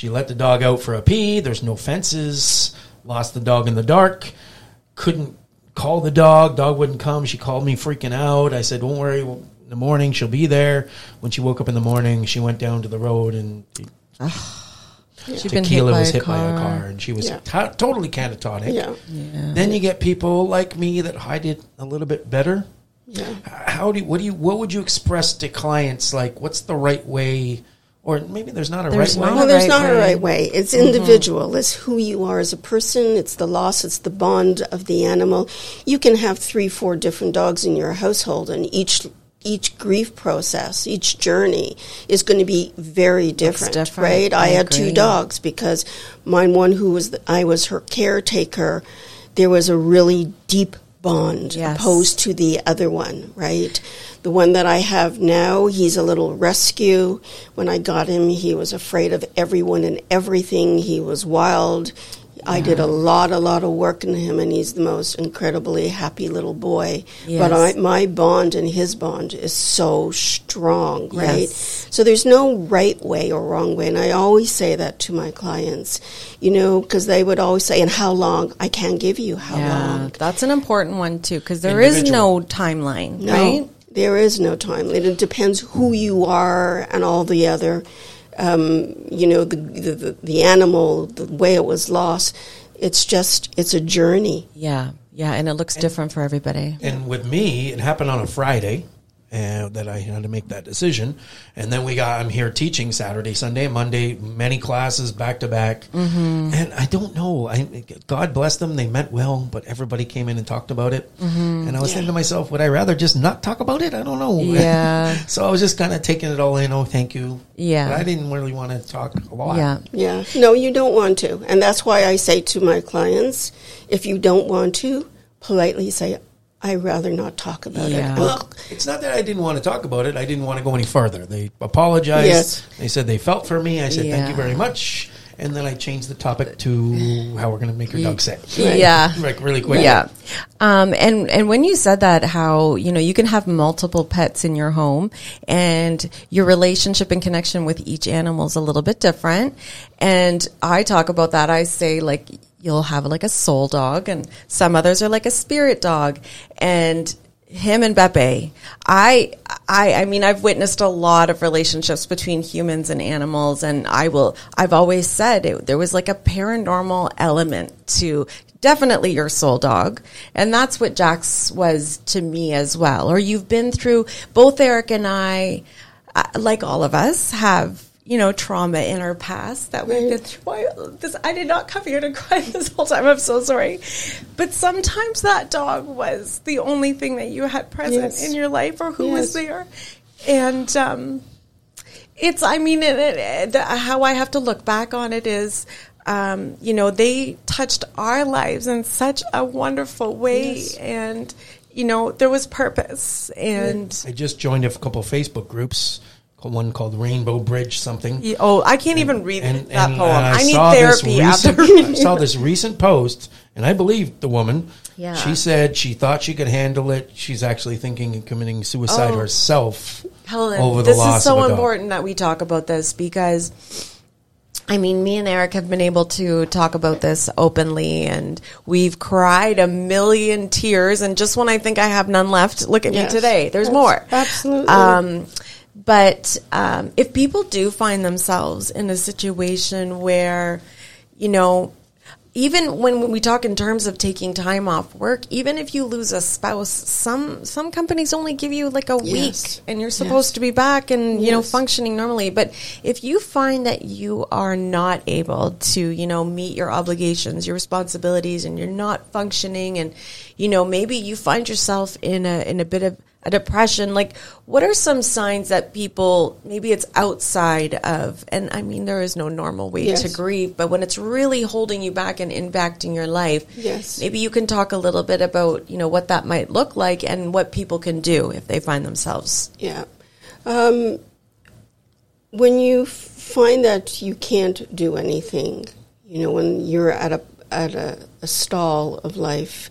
Speaker 2: She let the dog out for a pee. There's no fences. Lost the dog in the dark. Couldn't call the dog. Dog wouldn't come. She called me freaking out. I said, "Don't worry." In the morning, she'll be there. When she woke up in the morning, she went down to the road and
Speaker 3: she'd
Speaker 2: tequila was hit by a car and she was
Speaker 4: Yeah.
Speaker 2: ta- totally catatonic.
Speaker 4: Yeah.
Speaker 2: Then you get people like me that hide it a little bit better.
Speaker 4: Yeah.
Speaker 2: H- How do you, what do you what would you express to clients like what's the right way or maybe there's not a
Speaker 3: There's
Speaker 2: right
Speaker 3: not
Speaker 4: Well,
Speaker 2: way.
Speaker 3: a-
Speaker 4: there's
Speaker 3: right
Speaker 4: not
Speaker 3: way. Mm-hmm.
Speaker 4: a right way. It's individual. It's who you are as a person. It's the loss. It's the bond of the animal. You can have three, four different dogs in your household, and each each grief process, each journey is going to be very different,
Speaker 3: different.
Speaker 4: right? I,
Speaker 3: I
Speaker 4: had
Speaker 3: agree.
Speaker 4: two dogs because mine one who was the, I was her caretaker. There was a really deep bond
Speaker 3: Yes.
Speaker 4: opposed to the other one, right? The one that I have now, he's a little rescue. When I got him, he was afraid of everyone and everything. He was wild. I did a lot, a lot of work in him, and he's the most incredibly happy little boy. But I,
Speaker 3: Yes.
Speaker 4: my bond and his bond is so strong, right?
Speaker 3: Yes.
Speaker 4: So there's no right way or wrong way. And I always say that to my clients, you know, because they would always say, and how long? I can't give you how long.
Speaker 3: that's an important one too because there is
Speaker 2: Individual.
Speaker 3: no timeline
Speaker 4: No,
Speaker 3: right
Speaker 4: there is no time. It, it depends who you are and all the other, um, you know, the, the, the, the animal, the way it was lost. It's just, it's a journey.
Speaker 3: Yeah, yeah, and it looks different for everybody.
Speaker 2: And with me, it happened on a Friday uh, that I had to make that decision. And then we got, I'm here teaching Saturday, Sunday, Monday, many classes back to back.
Speaker 3: Mm-hmm.
Speaker 2: And I don't know. I, God bless them. They meant well, but everybody came in and talked about it.
Speaker 3: Mm-hmm.
Speaker 2: And I was thinking to myself, would I rather just not talk about it? I don't know.
Speaker 3: Yeah.
Speaker 2: so I was just kind of taking it all in. Oh, thank you.
Speaker 3: Yeah.
Speaker 2: But I didn't really want to talk a lot.
Speaker 3: Yeah,
Speaker 4: Yeah. No, you don't want to. And that's why I say to my clients, if you don't want to, politely say, I'd rather not talk about
Speaker 3: Yeah.
Speaker 4: it.
Speaker 2: Well, it's not that I didn't want to talk about it. I didn't want to go any further. They apologized.
Speaker 4: Yes.
Speaker 2: They said they felt for me. I said thank you
Speaker 3: Yeah.
Speaker 2: very much. And then I changed the topic to how we're going to make your dog sick.
Speaker 3: yeah,
Speaker 2: Like really quick.
Speaker 3: yeah. Um, and and when you said that, how you know you can have multiple pets in your home, and your relationship and connection with each animal is a little bit different. And I talk about that. I say like you'll have like a soul dog, and some others are like a spirit dog, and him and Beppe. I I I mean I've witnessed a lot of relationships between humans and animals and I will I've always said it, there was like a paranormal element to definitely your soul dog. And that's what Jack's was to me as well. Or you've been through, both Eric and I, uh, like all of us, have. You know, trauma in our past that we've been through. Why, this, I did not come here to cry this whole time. I'm so sorry. But sometimes that dog was the only thing that you had present
Speaker 4: Yes.
Speaker 3: in your life or who was
Speaker 4: Yes.
Speaker 3: there. And, um, it's i mean it, it, it- the, how i have to look back on it is um, you know they touched our lives in such a wonderful way
Speaker 4: Yes.
Speaker 3: and you know there was purpose and
Speaker 2: I just joined a couple of Facebook groups. One called Rainbow Bridge something.
Speaker 3: y- oh i can't even read that poem
Speaker 2: uh,
Speaker 3: i, need
Speaker 2: saw this
Speaker 3: therapy after
Speaker 2: recent- I saw this recent post, and I believed the woman.
Speaker 3: Yeah.
Speaker 2: She said she thought she could handle it. She's actually thinking of committing suicide
Speaker 3: Oh.
Speaker 2: herself
Speaker 3: Helen,
Speaker 2: over the
Speaker 3: this
Speaker 2: loss
Speaker 3: is so
Speaker 2: of a dog.
Speaker 3: important that we talk about this because I mean, me and Eric have been able to talk about this openly, and we've cried a million tears. And just when I think I have none left, look at
Speaker 4: Yes.
Speaker 3: me today. There's
Speaker 4: Abs-
Speaker 3: more.
Speaker 4: absolutely.
Speaker 3: Um, but um, if people do find themselves in a situation where, you know, even when we talk in terms of taking time off work, even if you lose a spouse, some some companies only give you like a
Speaker 4: Yes.
Speaker 3: week, and you're supposed
Speaker 4: Yes.
Speaker 3: to be back and you know
Speaker 4: Yes.
Speaker 3: functioning normally. But if you find that you are not able to, you know, meet your obligations, your responsibilities, and you're not functioning, and you know maybe you find yourself in a in a bit of a depression, like what are some signs that people maybe it's outside of? And I mean, there is no normal way to
Speaker 4: Yes.
Speaker 3: grieve, but when it's really holding you back and impacting your life,
Speaker 4: Yes.
Speaker 3: maybe you can talk a little bit about you know what that might look like and what people can do if they find themselves
Speaker 4: Yeah. Um, when you find that you can't do anything, you know, when you're at a at a, a stall of life,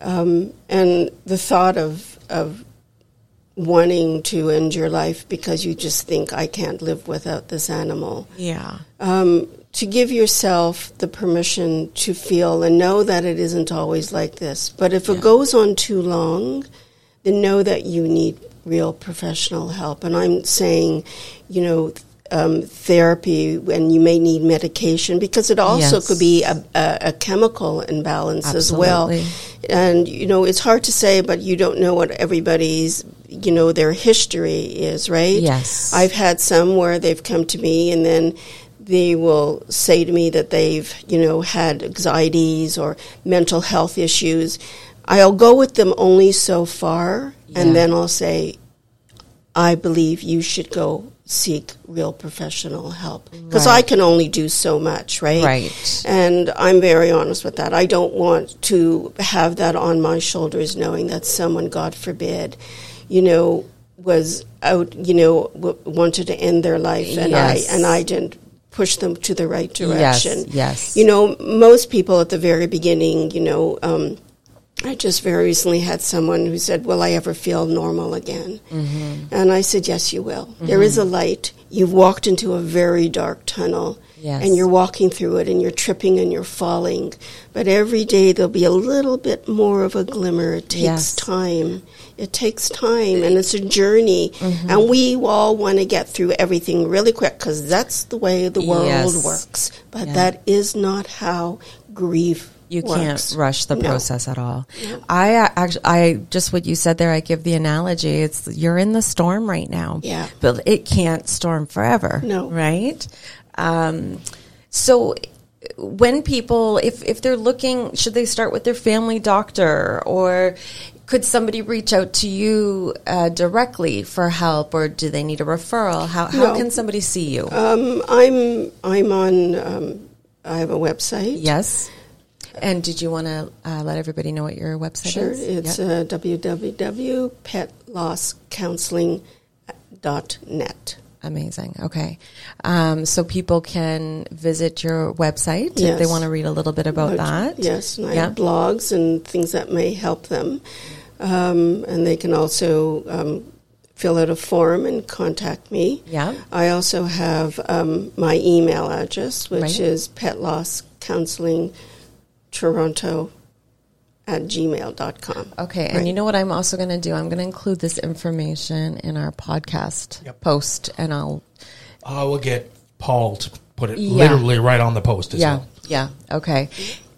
Speaker 4: um, and the thought of of wanting to end your life because you just think I can't live without this animal
Speaker 3: yeah
Speaker 4: um, to give yourself the permission to feel and know that it isn't always like this. But if it goes on too long, then know that you need real professional help. And I'm saying, you know, um, therapy, and you may need medication because it also
Speaker 3: Yes.
Speaker 4: could be a, a, a chemical imbalance
Speaker 3: Absolutely.
Speaker 4: as well. And you know, it's hard to say, but you don't know what everybody's, you know, their history is, right?
Speaker 3: Yes.
Speaker 4: I've had some where they've come to me and then they will say to me that they've, you know, had anxieties or mental health issues. I'll go with them only so far
Speaker 3: Yeah.
Speaker 4: and then I'll say, I believe you should go seek real professional help because I
Speaker 3: Right.
Speaker 4: can only do so much, right?
Speaker 3: Right.
Speaker 4: And I'm very honest with that. I don't want to have that on my shoulders, knowing that someone, God forbid, you know, was out, you know, w- wanted to end their life, and
Speaker 3: Yes.
Speaker 4: I and I didn't push them to the right direction.
Speaker 3: yes.
Speaker 4: You know, most people at the very beginning, you know. Um, I just very recently had someone who said, Will I ever feel normal again?
Speaker 3: Mm-hmm.
Speaker 4: And I said, Yes, you will. There is a light. You've walked into a very dark tunnel.
Speaker 3: Yes.
Speaker 4: And you're walking through it and you're tripping and you're falling. But every day there'll be a little bit more of a glimmer. It takes
Speaker 3: Yes.
Speaker 4: time. It takes time and it's a journey.
Speaker 3: Mm-hmm.
Speaker 4: And we all want to get through everything really quick because that's the way the world
Speaker 3: Yes.
Speaker 4: works. But
Speaker 3: Yeah.
Speaker 4: that is not how grief
Speaker 3: you
Speaker 4: works.
Speaker 3: can't rush the
Speaker 4: No.
Speaker 3: process at all. I uh, actually, I just what you said there. I give the analogy. It's you're in the storm right now.
Speaker 4: Yeah.
Speaker 3: but it can't storm forever.
Speaker 4: No.
Speaker 3: right? Um, so when people, if if they're looking, should they start with their family doctor or? Could somebody reach out to you uh, directly for help, or do they need a referral? How, how
Speaker 4: No.
Speaker 3: can somebody see you?
Speaker 4: Um, I'm I'm on. Um, I have a website.
Speaker 3: yes. And did you want to uh, let everybody know what your website
Speaker 4: sure.
Speaker 3: is?
Speaker 4: It's
Speaker 3: Yep.
Speaker 4: uh, www.petlosscounseling.net.
Speaker 3: Amazing. Okay. Um, so people can visit your website if they
Speaker 4: Yes.
Speaker 3: want to read a little bit about that.
Speaker 4: Yes, and I
Speaker 3: Yeah.
Speaker 4: have blogs and things that may help them, um, and they can also um, fill out a form and contact me.
Speaker 3: Yeah.
Speaker 4: I also have um, my email address, which
Speaker 3: Right.
Speaker 4: is petlosscounselingtoronto at gmail.com.
Speaker 3: Okay. And
Speaker 4: Right.
Speaker 3: you know what I'm also going to do? I'm going to include this information in our podcast
Speaker 2: Yep.
Speaker 3: post and I'll.
Speaker 2: I will get Paul to put it
Speaker 3: Yeah.
Speaker 2: literally right on the post as
Speaker 3: Yeah.
Speaker 2: well.
Speaker 3: Yeah. Okay.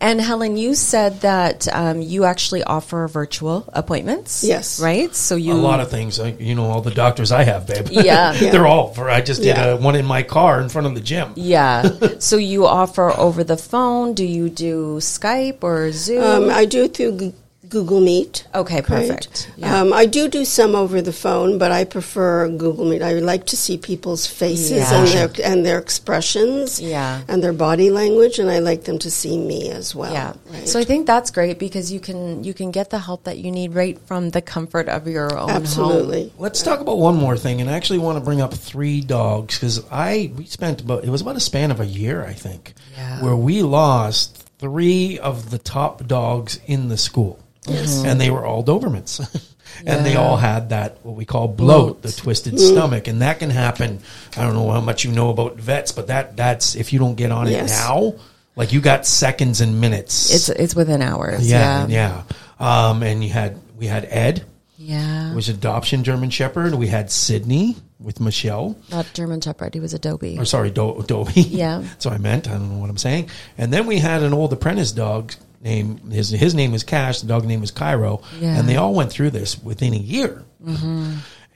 Speaker 3: And Helen, you said that um, you actually offer virtual appointments.
Speaker 4: Yes.
Speaker 3: Right? So you.
Speaker 2: a lot of things. Like, you know, all the doctors I have, babe.
Speaker 3: Yeah. Yeah.
Speaker 2: they're all for. I just did
Speaker 4: Yeah.
Speaker 2: a, one in my car in front of the gym.
Speaker 3: Yeah. so you offer over the phone. Do you do Skype or Zoom?
Speaker 4: Um, I do it through G- Google Meet.
Speaker 3: Okay,
Speaker 4: right?
Speaker 3: perfect. Yeah.
Speaker 4: Um, I do do some over the phone, but I prefer Google Meet. I like to see people's faces
Speaker 3: Yeah.
Speaker 4: and their and their expressions,
Speaker 3: Yeah.
Speaker 4: and their body language, and I like them to see me as well.
Speaker 3: yeah.
Speaker 4: right?
Speaker 3: So I think that's great because you can you can get the help that you need right from the comfort of your own home.
Speaker 4: absolutely.
Speaker 2: Let's talk about one more thing, and I actually want to bring up three dogs because I we spent about it was about a span of a year, I think,
Speaker 3: Yeah.
Speaker 2: where we lost three of the top dogs in the school, and they were all Dobermans, and they
Speaker 3: Yeah.
Speaker 2: all had that what we call bloat,
Speaker 3: Bloat.
Speaker 2: the twisted stomach, and that can happen. I don't know how much you know about vets, but that that's if you don't get on
Speaker 4: Yes.
Speaker 2: it now, like you got seconds and minutes.
Speaker 3: It's it's within hours.
Speaker 2: yeah,
Speaker 3: Yeah.
Speaker 2: yeah, Um, and you had we had Ed
Speaker 3: Yeah.
Speaker 2: was adoption German Shepherd. We had Sydney with Michelle,
Speaker 3: Not German Shepherd. He was Adobe.
Speaker 2: or sorry, Do- Dobie.
Speaker 3: Yeah.
Speaker 2: That's what I meant. I don't know what I'm saying. And then we had an old apprentice dog named his his name was Cash. The dog name was Cairo,
Speaker 3: Yeah. Mm-hmm.
Speaker 2: and they all went through this within a year.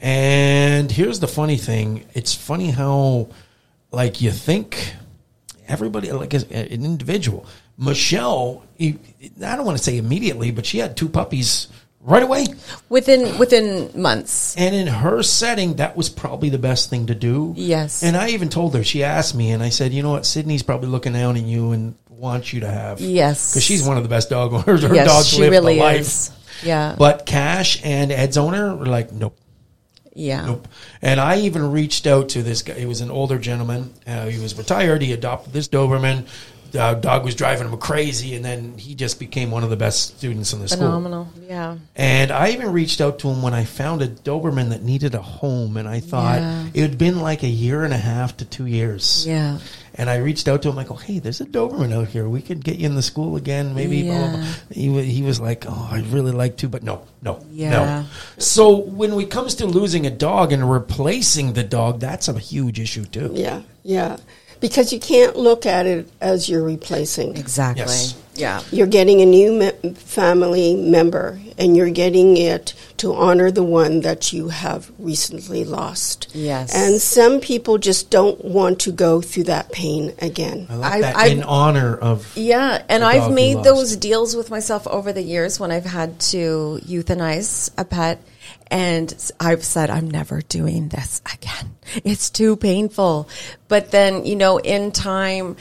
Speaker 2: And here's the funny thing: it's funny how, like, you think everybody like as an individual. Michelle, I I don't want to say immediately, but she had two puppies right away.
Speaker 3: Within within months.
Speaker 2: And in her setting, that was probably the best thing to do.
Speaker 3: Yes.
Speaker 2: And I even told her, she asked me, and I said, you know what? Sydney's probably looking down on you and wants you to have.
Speaker 3: Yes.
Speaker 2: Because she's one of the best dog owners. Her
Speaker 3: yes,
Speaker 2: dogs
Speaker 3: she
Speaker 2: live
Speaker 3: really
Speaker 2: the life.
Speaker 3: is. Yeah.
Speaker 2: But Cash and Ed's owner were like, nope.
Speaker 3: yeah.
Speaker 2: Nope. And I even reached out to this guy. He was an older gentleman. Uh, he was retired. He adopted this Doberman. The dog was driving him crazy, and then he just became one of the best students in the school.
Speaker 3: Phenomenal. Yeah.
Speaker 2: And I even reached out to him when I found a Doberman that needed a home. And I thought
Speaker 3: Yeah.
Speaker 2: it had been like a year and a half to two years.
Speaker 3: Yeah.
Speaker 2: And I reached out to him. I go, hey, there's a Doberman out here. We could get you in the school again. Maybe. blah, blah, blah."
Speaker 3: Yeah.
Speaker 2: He, wa- he was like, oh, I'd really like to, but no, no,
Speaker 3: Yeah.
Speaker 2: no. So when it comes to losing a dog and replacing the dog, that's a huge issue too.
Speaker 4: Yeah, yeah. Because you can't look at it as you're replacing.
Speaker 3: Exactly.
Speaker 2: Yes.
Speaker 3: Yeah.
Speaker 4: You're getting a new me- family member, and you're getting it to honor the one that you have recently lost.
Speaker 3: Yes.
Speaker 4: And some people just don't want to go through that pain again.
Speaker 2: I like
Speaker 3: I-
Speaker 2: that
Speaker 3: I-
Speaker 2: in honor of.
Speaker 3: Yeah, and
Speaker 2: the
Speaker 3: I've
Speaker 2: dog you
Speaker 3: made
Speaker 2: lost.
Speaker 3: those deals with myself over the years when I've had to euthanize a pet. And s- I've said, I'm never doing this again. It's too painful. But then, you know, in time,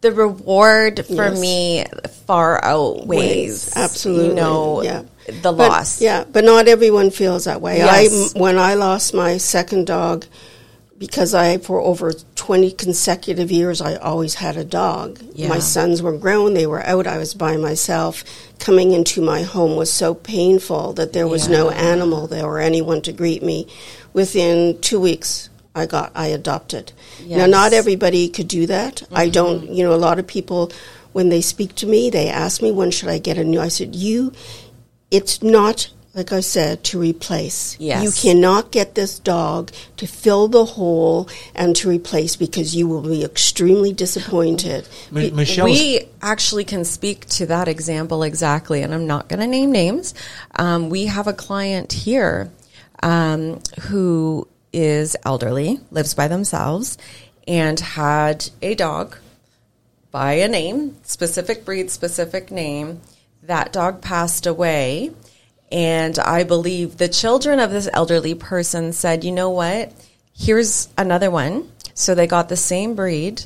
Speaker 3: the reward for
Speaker 4: Yes.
Speaker 3: me far outweighs,
Speaker 4: Absolutely.
Speaker 3: you know,
Speaker 4: yeah.
Speaker 3: the
Speaker 4: But-
Speaker 3: loss.
Speaker 4: Yeah, but not everyone feels that way.
Speaker 3: Yes.
Speaker 4: I when I lost my second dog because I for over 20 consecutive years I always had a dog.
Speaker 3: Yeah.
Speaker 4: My sons were grown, they were out, I was by myself. Coming into my home was so painful that there was no animal there or anyone to greet me. Within 2 weeks I got I adopted. Now not
Speaker 3: Yes.
Speaker 4: everybody could do that. I don't, you know, a lot of people when they speak to me, they ask me when should I get a new. I said, "You it's not like I said to replace.
Speaker 3: Yes.
Speaker 4: You cannot get this dog to fill the hole and to replace because you will be extremely disappointed.
Speaker 2: M- Michelle.
Speaker 3: we actually can speak to that example exactly, and I'm not going to name names. Um, we have a client here um, who is elderly, lives by themselves, and had a dog by a name, specific breed, specific name. That dog passed away. And I believe the children of this elderly person said, you know what? Here's another one. So they got the same breed.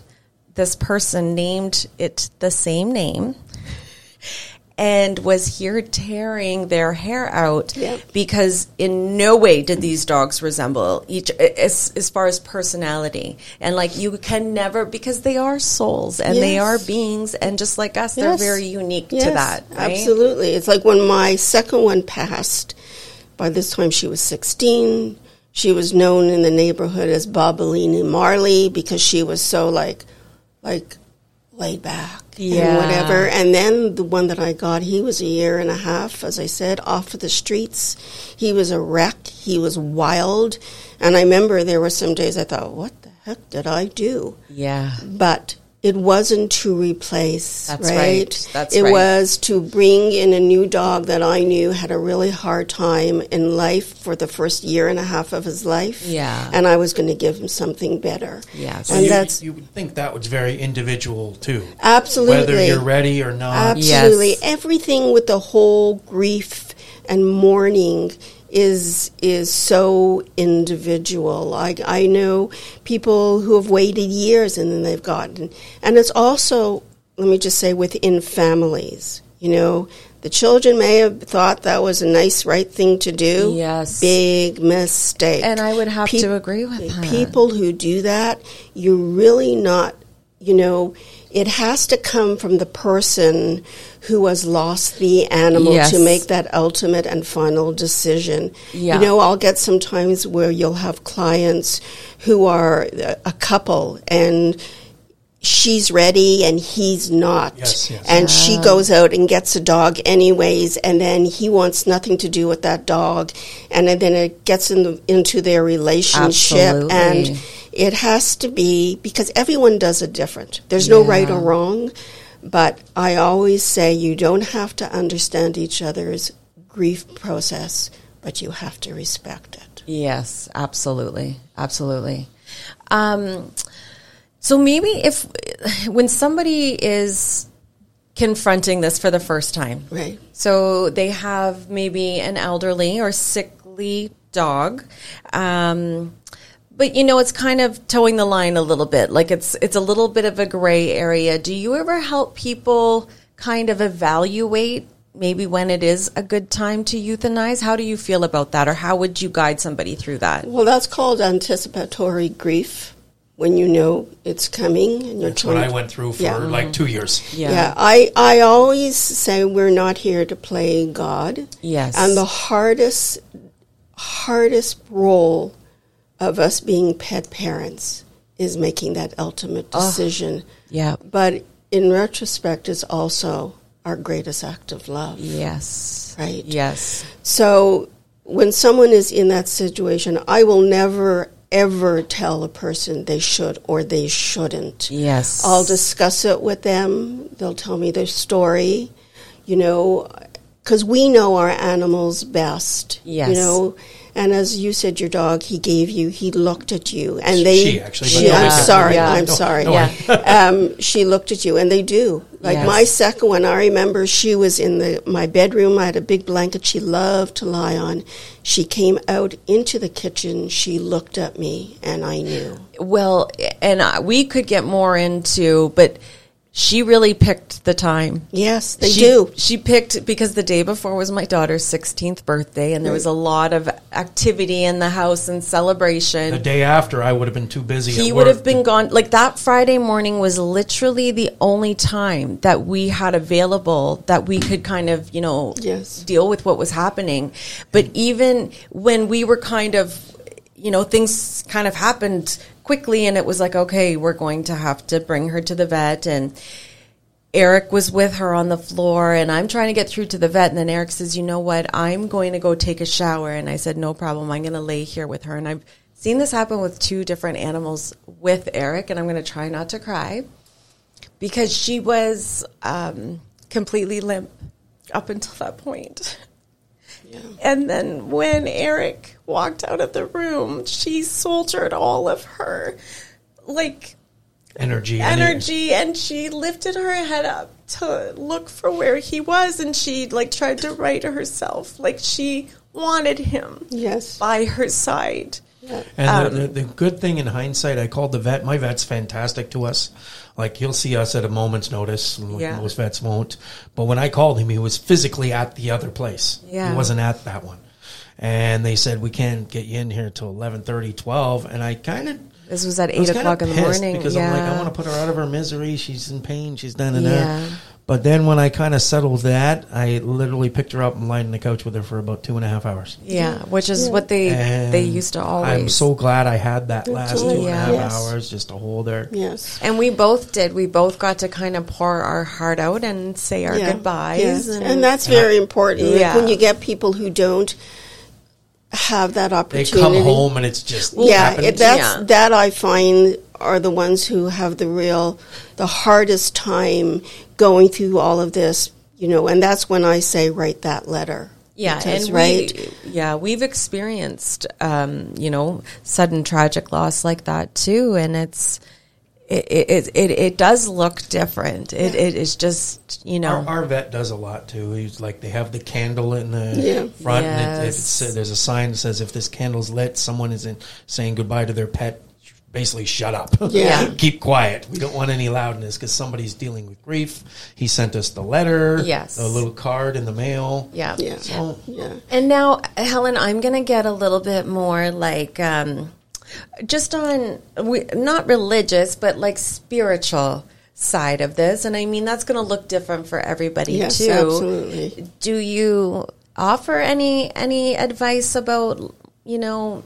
Speaker 3: This person named it the same name and was here tearing their hair out
Speaker 4: Yep.
Speaker 3: because in no way did these dogs resemble each as, as far as personality and like you can never because they are souls and they
Speaker 4: Yes.
Speaker 3: are beings and just like us
Speaker 4: Yes.
Speaker 3: they're very unique to
Speaker 4: Yes,
Speaker 3: that right?
Speaker 4: Absolutely. It's like when my second one passed, by this time she was 16. She was known in the neighborhood as Bobolini Marley because she was so like, like laid back
Speaker 3: Yeah.
Speaker 4: and whatever. And then the one that I got, he was a year and a half, as I said, off of the streets. He was a wreck. He was wild. And I remember there were some days I thought, what the heck did I do?
Speaker 3: yeah
Speaker 4: but it wasn't to replace,
Speaker 3: That's
Speaker 4: right?
Speaker 3: right. That's
Speaker 4: it
Speaker 3: right.
Speaker 4: was to bring in a new dog that I knew had a really hard time in life for the first year and a half of his life.
Speaker 3: Yeah.
Speaker 4: And I was going to give him something better.
Speaker 3: Yes.
Speaker 4: And
Speaker 2: you,
Speaker 4: that's
Speaker 2: you would think that was very individual too.
Speaker 4: absolutely.
Speaker 2: Whether you're ready or not.
Speaker 3: Yes.
Speaker 4: Absolutely. Everything with the whole grief and mourning is is so individual. I I know people who have waited years and then they've gotten and it's also let me just say within families. You know, the children may have thought that was a nice right thing to do.
Speaker 3: Yes.
Speaker 4: Big mistake.
Speaker 3: And I would have
Speaker 4: Peop-
Speaker 3: to agree with her.
Speaker 4: people who do that, you're really not, you know, it has to come from the person who has lost the animal
Speaker 3: Yes.
Speaker 4: to make that ultimate and final decision.
Speaker 3: Yeah.
Speaker 4: You know, I'll get sometimes where you'll have clients who are uh, a couple and she's ready and he's not.
Speaker 2: Yes, yes.
Speaker 4: And she goes out and gets a dog anyways, and then he wants nothing to do with that dog, and then it gets in the, into their relationship.
Speaker 3: Absolutely.
Speaker 4: And it has to be because everyone does it different. There's no right or
Speaker 3: Yeah.
Speaker 4: wrong, but I always say you don't have to understand each other's grief process, but you have to respect it.
Speaker 3: Yes, absolutely, absolutely. Um, so maybe if when somebody is confronting this for the first time,
Speaker 4: Right.
Speaker 3: So they have maybe an elderly or sickly dog. Um, but you know it's kind of towing the line a little bit like it's it's a little bit of a gray area do you ever help people kind of evaluate maybe when it is a good time to euthanize how do you feel about that or how would you guide somebody through that
Speaker 4: Well, that's called anticipatory grief when you know it's coming and you're
Speaker 2: That's
Speaker 4: trying
Speaker 2: what I
Speaker 4: to-
Speaker 2: went through for
Speaker 4: Yeah.
Speaker 2: like two years.
Speaker 4: Yeah. I, I always say we're not here to play God.
Speaker 3: Yes.
Speaker 4: And the hardest, hardest role of us being pet parents is making that ultimate decision.
Speaker 3: yeah
Speaker 4: But in retrospect, it's also our greatest act of love.
Speaker 3: yes
Speaker 4: Right.
Speaker 3: yes
Speaker 4: So when someone is in that situation, I will never, ever tell a person they should or they shouldn't.
Speaker 3: yes
Speaker 4: I'll discuss it with them. They'll tell me their story, you know, because we know our animals best.
Speaker 3: Yes.
Speaker 4: You know, and as you said, your dog, he gave you, he looked at you, and they.
Speaker 2: She actually, but
Speaker 4: She-
Speaker 2: no,
Speaker 4: I'm
Speaker 2: they-
Speaker 4: sorry.
Speaker 3: Yeah.
Speaker 4: I'm
Speaker 3: No,
Speaker 4: sorry.
Speaker 2: no,
Speaker 3: yeah
Speaker 4: um, she looked at you, and they do. Like
Speaker 3: Yes.
Speaker 4: my second one, I remember she was in the my bedroom. I had a big blanket she loved to lie on. She came out into the kitchen. She looked at me, and I knew.
Speaker 3: well and I, we could get more into but she really picked the time
Speaker 4: Yes, they
Speaker 3: she,
Speaker 4: do.
Speaker 3: She picked because the day before was my daughter's 16th birthday, and there was a lot of activity in the house and
Speaker 2: The
Speaker 3: celebration.
Speaker 2: day after, I would have been too busy.
Speaker 3: He
Speaker 2: at
Speaker 3: would
Speaker 2: work
Speaker 3: have been gone. Like that Friday morning was literally the only time that we had available that we could kind of, you know,
Speaker 4: Yes.
Speaker 3: deal with what was happening. But even when we were kind of, you know, things kind of happened quickly, and it was like, okay, we're going to have to bring her to the vet. And Eric was with her on the floor, and I'm trying to get through to the vet. And then Eric says, You know what? I'm going to go take a shower. And I said, No problem. I'm going to lay here with her. And I've seen this happen with two different animals with Eric, and I'm going to try not to cry because she was um, completely limp up until that point. And then when Eric walked out of the room, she soldiered all of her like
Speaker 2: energy, and it-
Speaker 3: energy and she lifted her head up to look for where he was and she like tried to right herself like she wanted him
Speaker 4: Yes.
Speaker 3: by her side
Speaker 2: And
Speaker 4: Um.
Speaker 2: the, the, the good thing in hindsight, I called the vet. My vet's fantastic to us. Like he'll see us at a moment's notice. Like
Speaker 3: Yeah.
Speaker 2: Most vets won't. But when I called him, he was physically at the other place.
Speaker 3: Yeah.
Speaker 2: He wasn't at that one. And they said we can't get you in here till 11:30, 12. And I kind of
Speaker 3: this was at
Speaker 2: I was
Speaker 3: eight
Speaker 2: kinda
Speaker 3: o'clock in the
Speaker 2: pissed
Speaker 3: morning
Speaker 2: because
Speaker 3: yeah.
Speaker 2: I'm like I want to put her out of her misery. She's in pain. She's done and
Speaker 3: Yeah.
Speaker 2: that. But then when I kind of settled that, I literally picked her up and lined on the couch with her for about two and a half hours.
Speaker 3: yeah which is what they they
Speaker 2: And
Speaker 3: used to always
Speaker 2: I'm so glad I had that last two
Speaker 4: too.
Speaker 2: and a half
Speaker 4: Yes.
Speaker 2: hours just to hold her.
Speaker 4: Yes.
Speaker 3: and we both did we both got to kind of pour our heart out and say our
Speaker 4: Yeah.
Speaker 3: goodbyes
Speaker 4: Yes.
Speaker 3: and,
Speaker 4: And, that's very important. Like,
Speaker 3: Yeah.
Speaker 4: when you get people who don't have that
Speaker 2: They
Speaker 4: opportunity.
Speaker 2: come home and it's just
Speaker 4: Yeah,
Speaker 2: happened.
Speaker 4: it, that's
Speaker 3: Yeah.
Speaker 4: that I find are the ones who have the real, the hardest time going through all of this, you know, and that's when I say write that letter.
Speaker 3: Yeah,
Speaker 4: Because,
Speaker 3: and
Speaker 4: right?
Speaker 3: We, yeah, we've experienced, um, you know, sudden tragic loss like that too, and it's it it it, it does look different. It it is just you know
Speaker 2: Our, our vet does a lot too. He's like they have the candle in the
Speaker 4: Yeah.
Speaker 2: front, and it,
Speaker 3: Yes.
Speaker 2: if it's, there's a sign that says if this candle's lit, someone is in, saying goodbye to their pet. Basically, shut up.
Speaker 4: Yeah.
Speaker 2: keep quiet. We don't want any loudness because somebody's dealing with grief. He sent us the letter.
Speaker 3: Yes.
Speaker 2: a little card in the mail.
Speaker 3: yeah
Speaker 4: Yeah.
Speaker 2: So-
Speaker 4: Yeah.
Speaker 3: And now, Helen, I'm going to get a little bit more like um, just on we, not religious, but like spiritual side of this. And I mean, that's going to look different for everybody
Speaker 4: Yes,
Speaker 3: too.
Speaker 4: absolutely.
Speaker 3: Do you offer any any advice about you know?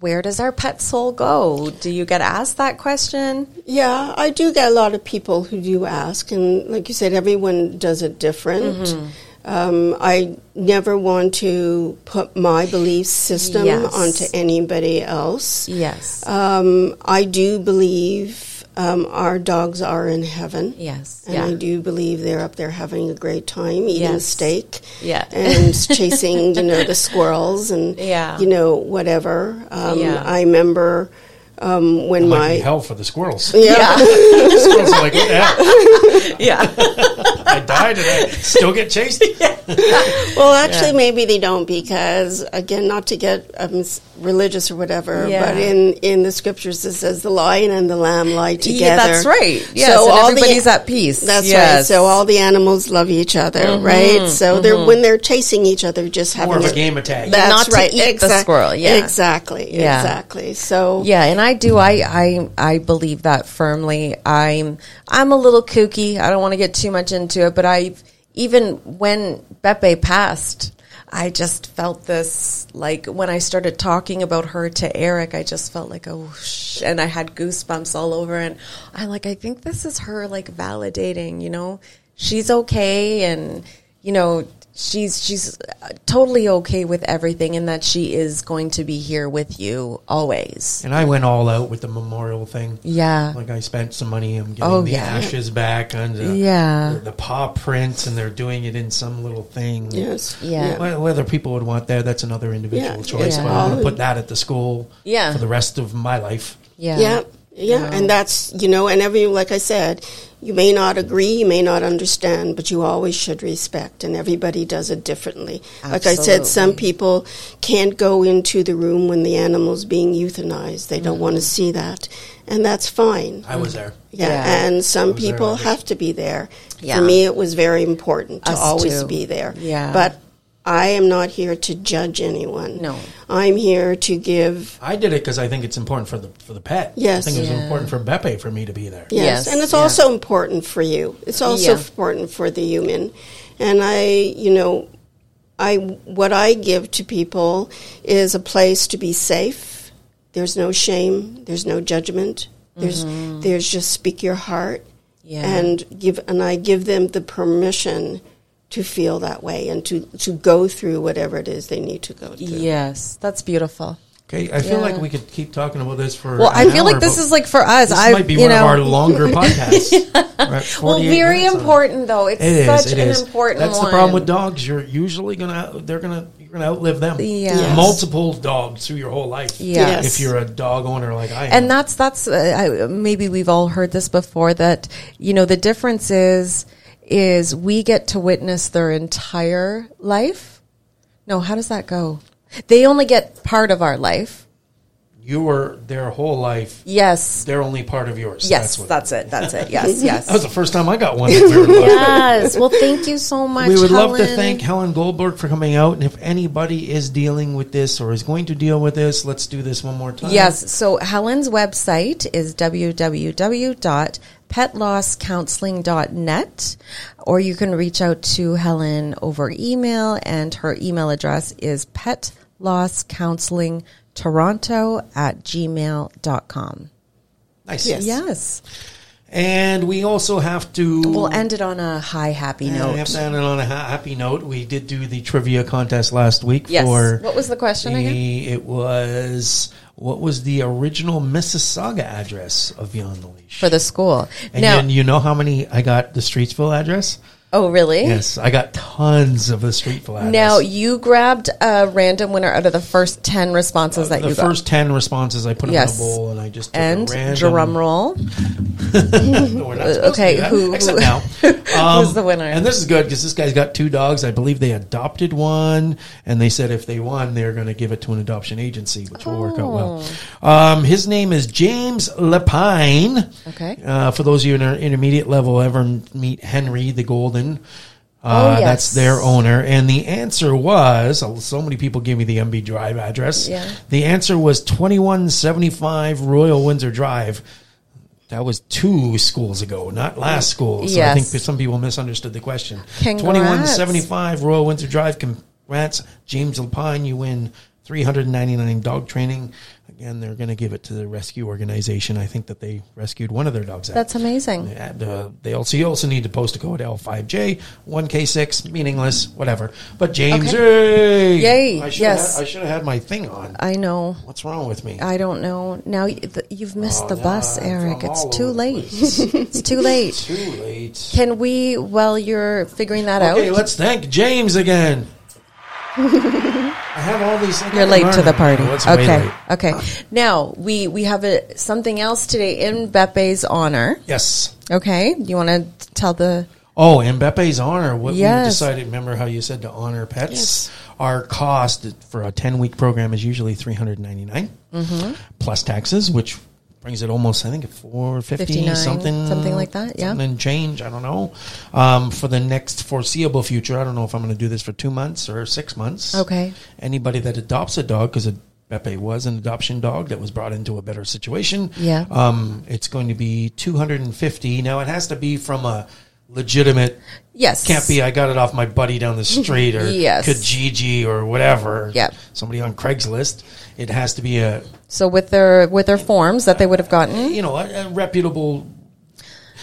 Speaker 3: Where does our pet soul go? Do you get asked that question?
Speaker 4: Yeah, I do get a lot of people who do ask, and like you said, everyone does it different.
Speaker 3: Mm-hmm.
Speaker 4: Um, I never want to put my belief system
Speaker 3: Yes.
Speaker 4: onto anybody else.
Speaker 3: Yes.
Speaker 4: Um, I do believe um, our dogs are in heaven.
Speaker 3: yes.
Speaker 4: And I do believe they're up there having a great time eating
Speaker 3: Yes.
Speaker 4: steak
Speaker 3: Yeah.
Speaker 4: and chasing, you know, the squirrels and,
Speaker 3: Yeah.
Speaker 4: you know, whatever. Um,
Speaker 3: Yeah.
Speaker 4: I remember um, when
Speaker 2: Might be
Speaker 4: my.
Speaker 2: hell for the squirrels.
Speaker 4: Yeah.
Speaker 2: the squirrels are like, what the hell?
Speaker 3: yeah.
Speaker 2: I died and I still get chased.
Speaker 4: Well, actually, maybe they don't because, again, not to get um, s- religious or whatever,
Speaker 3: Yeah.
Speaker 4: but in, in the scriptures it says the lion and the lamb lie together.
Speaker 3: Yeah, that's right. Yes, and
Speaker 4: all
Speaker 3: everybody's at peace.
Speaker 4: That's
Speaker 3: Yes. Mm-hmm.
Speaker 4: right. So all the animals love each other, right? So they're when they're chasing each other, just having
Speaker 2: More of a
Speaker 4: a-
Speaker 2: game attack.
Speaker 4: That's
Speaker 3: Not to
Speaker 4: right.
Speaker 3: eat the squirrel, yeah.
Speaker 4: exactly,
Speaker 3: Yeah.
Speaker 4: exactly. So
Speaker 3: Yeah, and I do. I I I believe that firmly. I'm I'm a little kooky. I don't want to get too much into it, but I even when Beppe passed, I just felt this like when I started talking about her to Eric, I just felt like oh, sh-, and I had goosebumps all over, and I like I think this is her like validating, you know, she's okay, and you know she's she's uh, totally okay with everything and that she is going to be here with you always
Speaker 2: And I went all out with the memorial thing.
Speaker 3: Yeah.
Speaker 2: Like I spent some money. I'm getting
Speaker 3: Oh,
Speaker 2: the
Speaker 3: yeah.
Speaker 2: ashes back and the,
Speaker 3: Yeah.
Speaker 2: the, the paw prints, and they're doing it in some little thing.
Speaker 4: yes,
Speaker 3: Yeah.
Speaker 2: Wh- Whether people would want that, that's another individual
Speaker 4: Yeah,
Speaker 2: choice.
Speaker 4: yeah.
Speaker 2: But I'm going
Speaker 4: Yeah.
Speaker 2: to put that at the school
Speaker 3: Yeah.
Speaker 2: for the rest of my life.
Speaker 3: yeah
Speaker 4: Yeah. Yeah, and that's you know, and every like I said, you may not agree, you may not understand, but you always should respect, and everybody does it differently. Like I said, some
Speaker 3: Absolutely.
Speaker 4: people can't go into the room when the animal's being euthanized; they don't want to
Speaker 3: Mm-hmm.
Speaker 4: see that, and that's fine.
Speaker 2: I was there.
Speaker 4: Yeah,
Speaker 3: Yeah.
Speaker 4: and some
Speaker 2: was there, I
Speaker 4: people
Speaker 2: was-
Speaker 4: have to be there.
Speaker 3: Yeah.
Speaker 4: For me, it was very important to
Speaker 3: Us
Speaker 4: always
Speaker 3: too.
Speaker 4: be there.
Speaker 3: Yeah.
Speaker 4: but I am not here to judge anyone.
Speaker 3: No.
Speaker 4: I'm here to give
Speaker 2: I did it because I think it's important for the for the pet. I
Speaker 4: Yes.
Speaker 2: think it was
Speaker 3: Yeah.
Speaker 2: important for Beppe for me to be there.
Speaker 4: Yes,
Speaker 3: Yes,
Speaker 4: and it's
Speaker 3: yeah.
Speaker 4: also important for you. It's also
Speaker 3: Yeah.
Speaker 4: important for the human. And I, you know, I what I give to people is a place to be safe. There's no shame, there's no judgment. There's there's just speak your heart
Speaker 3: Mm-hmm. Yeah.
Speaker 4: and give and I give them the permission to feel that way and to to go through whatever it is they need to go through.
Speaker 3: yes that's beautiful
Speaker 2: Okay, I feel
Speaker 3: Yeah.
Speaker 2: like we could keep talking about this for.
Speaker 3: well i
Speaker 2: an
Speaker 3: feel
Speaker 2: hour,
Speaker 3: like this
Speaker 2: but
Speaker 3: is like for us
Speaker 2: this
Speaker 3: i
Speaker 2: might be
Speaker 3: you
Speaker 2: one
Speaker 3: know
Speaker 2: of our longer podcasts. We're at
Speaker 3: well
Speaker 2: 48
Speaker 3: very
Speaker 2: minutes on it.
Speaker 3: important though it's
Speaker 2: It is.
Speaker 3: such
Speaker 2: it
Speaker 3: an
Speaker 2: is.
Speaker 3: important
Speaker 2: That's
Speaker 3: one.
Speaker 2: the problem with dogs. You're usually gonna they're gonna you're gonna outlive them.
Speaker 3: Yes. Yes.
Speaker 2: Multiple dogs through your whole life.
Speaker 3: Yes.
Speaker 2: If you're a dog owner like I am.
Speaker 3: and that's that's uh, I, maybe we've all heard this before that you know the difference is is we get to witness their entire life no how does that go they only get part of our life
Speaker 2: you were their whole life.
Speaker 3: yes
Speaker 2: They're only part of yours.
Speaker 3: yes
Speaker 2: what-
Speaker 3: that's, it that's it yes
Speaker 2: That was
Speaker 3: yes
Speaker 2: the first time I got one. that we were lucky.
Speaker 3: yes well thank you so much
Speaker 2: We would love to
Speaker 3: Helen.
Speaker 2: thank Helen Goldberg for coming out. And if anybody is dealing with this or is going to deal with this, let's do this one more time.
Speaker 3: Yes. So Helen's website is www.petlosscounseling.net, or you can reach out to Helen over email, and her email address is petlosscounselingtoronto at gmail.com.
Speaker 2: Nice.
Speaker 4: Yes.
Speaker 3: Yes.
Speaker 2: And we also have to.
Speaker 3: We'll end it on a high, happy
Speaker 2: Yeah, we have
Speaker 3: note.
Speaker 2: to end it on a ha- happy note. We did do the trivia contest last week.
Speaker 3: Yes.
Speaker 2: For
Speaker 3: What was the question
Speaker 2: the-
Speaker 3: again?
Speaker 2: It was what was the original Mississauga address of Beyond the Leash?
Speaker 3: For the school.
Speaker 2: and
Speaker 3: now,
Speaker 2: then you know how many I got the Streetsville address?
Speaker 3: oh, really?
Speaker 2: Yes, I got tons of the Streetville address.
Speaker 3: Now, you grabbed a random winner out of the first 10 responses that
Speaker 2: Uh, the
Speaker 3: you got.
Speaker 2: first ten responses I put them
Speaker 3: Yes.
Speaker 2: in a bowl, and I just took
Speaker 3: and
Speaker 2: a random,
Speaker 3: drum roll.
Speaker 2: No, we're not supposed
Speaker 3: okay,
Speaker 2: to do that,
Speaker 3: who- who-
Speaker 2: except now. Um,
Speaker 3: the winner?
Speaker 2: And this is good because this guy's got two dogs. I believe they adopted one, and they said if they won, they're going to give it to an adoption agency, which will work out well.
Speaker 3: Oh.
Speaker 2: Um, his name is James Lepine.
Speaker 3: Okay.
Speaker 2: Uh, for those of you in our intermediate level, ever m- meet Henry the Golden. Uh,
Speaker 3: Oh, yes.
Speaker 2: That's their owner. And the answer was oh, so many people gave me the MB Drive address.
Speaker 3: Yeah.
Speaker 2: The answer was 2175 Royal Windsor Drive. That was two schools ago, not last school. So I
Speaker 3: Yes.
Speaker 2: think that some people misunderstood the question.
Speaker 3: Congrats.
Speaker 2: 2175 Royal Windsor Drive. Congrats, James Lapine. You win 399 dog training. Again, they're going to give it to the rescue organization. I think that they rescued one of their dogs. at-
Speaker 3: That's amazing.
Speaker 2: and, uh, they also you also need to post a code L5J, 1K6, meaningless, whatever. But James, hey,
Speaker 3: Yay,
Speaker 2: I should
Speaker 3: yes.
Speaker 2: have, I should have had my thing on.
Speaker 3: I know.
Speaker 2: What's wrong with me?
Speaker 3: I don't know. Now you- th- you've missed
Speaker 2: Oh,
Speaker 3: the
Speaker 2: now
Speaker 3: bus,
Speaker 2: I'm
Speaker 3: Eric.
Speaker 2: from
Speaker 3: It's
Speaker 2: all
Speaker 3: too
Speaker 2: over the
Speaker 3: late.
Speaker 2: place.
Speaker 3: it's too late.
Speaker 2: Too late.
Speaker 3: Can we, while you're figuring that
Speaker 2: Okay,
Speaker 3: out,
Speaker 2: let's thank James again. I have all these. I got
Speaker 3: you're late to
Speaker 2: learn.
Speaker 3: the party.
Speaker 2: Oh, it's way
Speaker 3: okay,
Speaker 2: late.
Speaker 3: okay. Now we we have a, something else today in Bepe's honor.
Speaker 2: Yes.
Speaker 3: Okay, you want to tell the
Speaker 2: Oh, and Mbappe's honor. What we
Speaker 3: Yes.
Speaker 2: decided, remember how you said to honor pets?
Speaker 3: Yes.
Speaker 2: Our cost for a 10 week program is usually 399
Speaker 3: Mm-hmm.
Speaker 2: plus taxes, which brings it almost, I think, 450
Speaker 3: 59,
Speaker 2: something.
Speaker 3: something like that, yeah.
Speaker 2: Something change, I don't know. Um, for the next foreseeable future, I don't know if I'm going to do this for two months or six months.
Speaker 3: Okay.
Speaker 2: Anybody that adopts a dog, because Beppe was an adoption dog that was brought into a better situation.
Speaker 3: Yeah.
Speaker 2: Um, it's going to be 250. Now it has to be from a legitimate.
Speaker 3: yes?
Speaker 2: Can't be. I got it off my buddy down the street or
Speaker 3: Yes.
Speaker 2: Kijiji or whatever.
Speaker 3: Yep.
Speaker 2: Somebody on Craigslist. It has to be a
Speaker 3: So with their with their forms that they would have gotten,
Speaker 2: you know a, a reputable.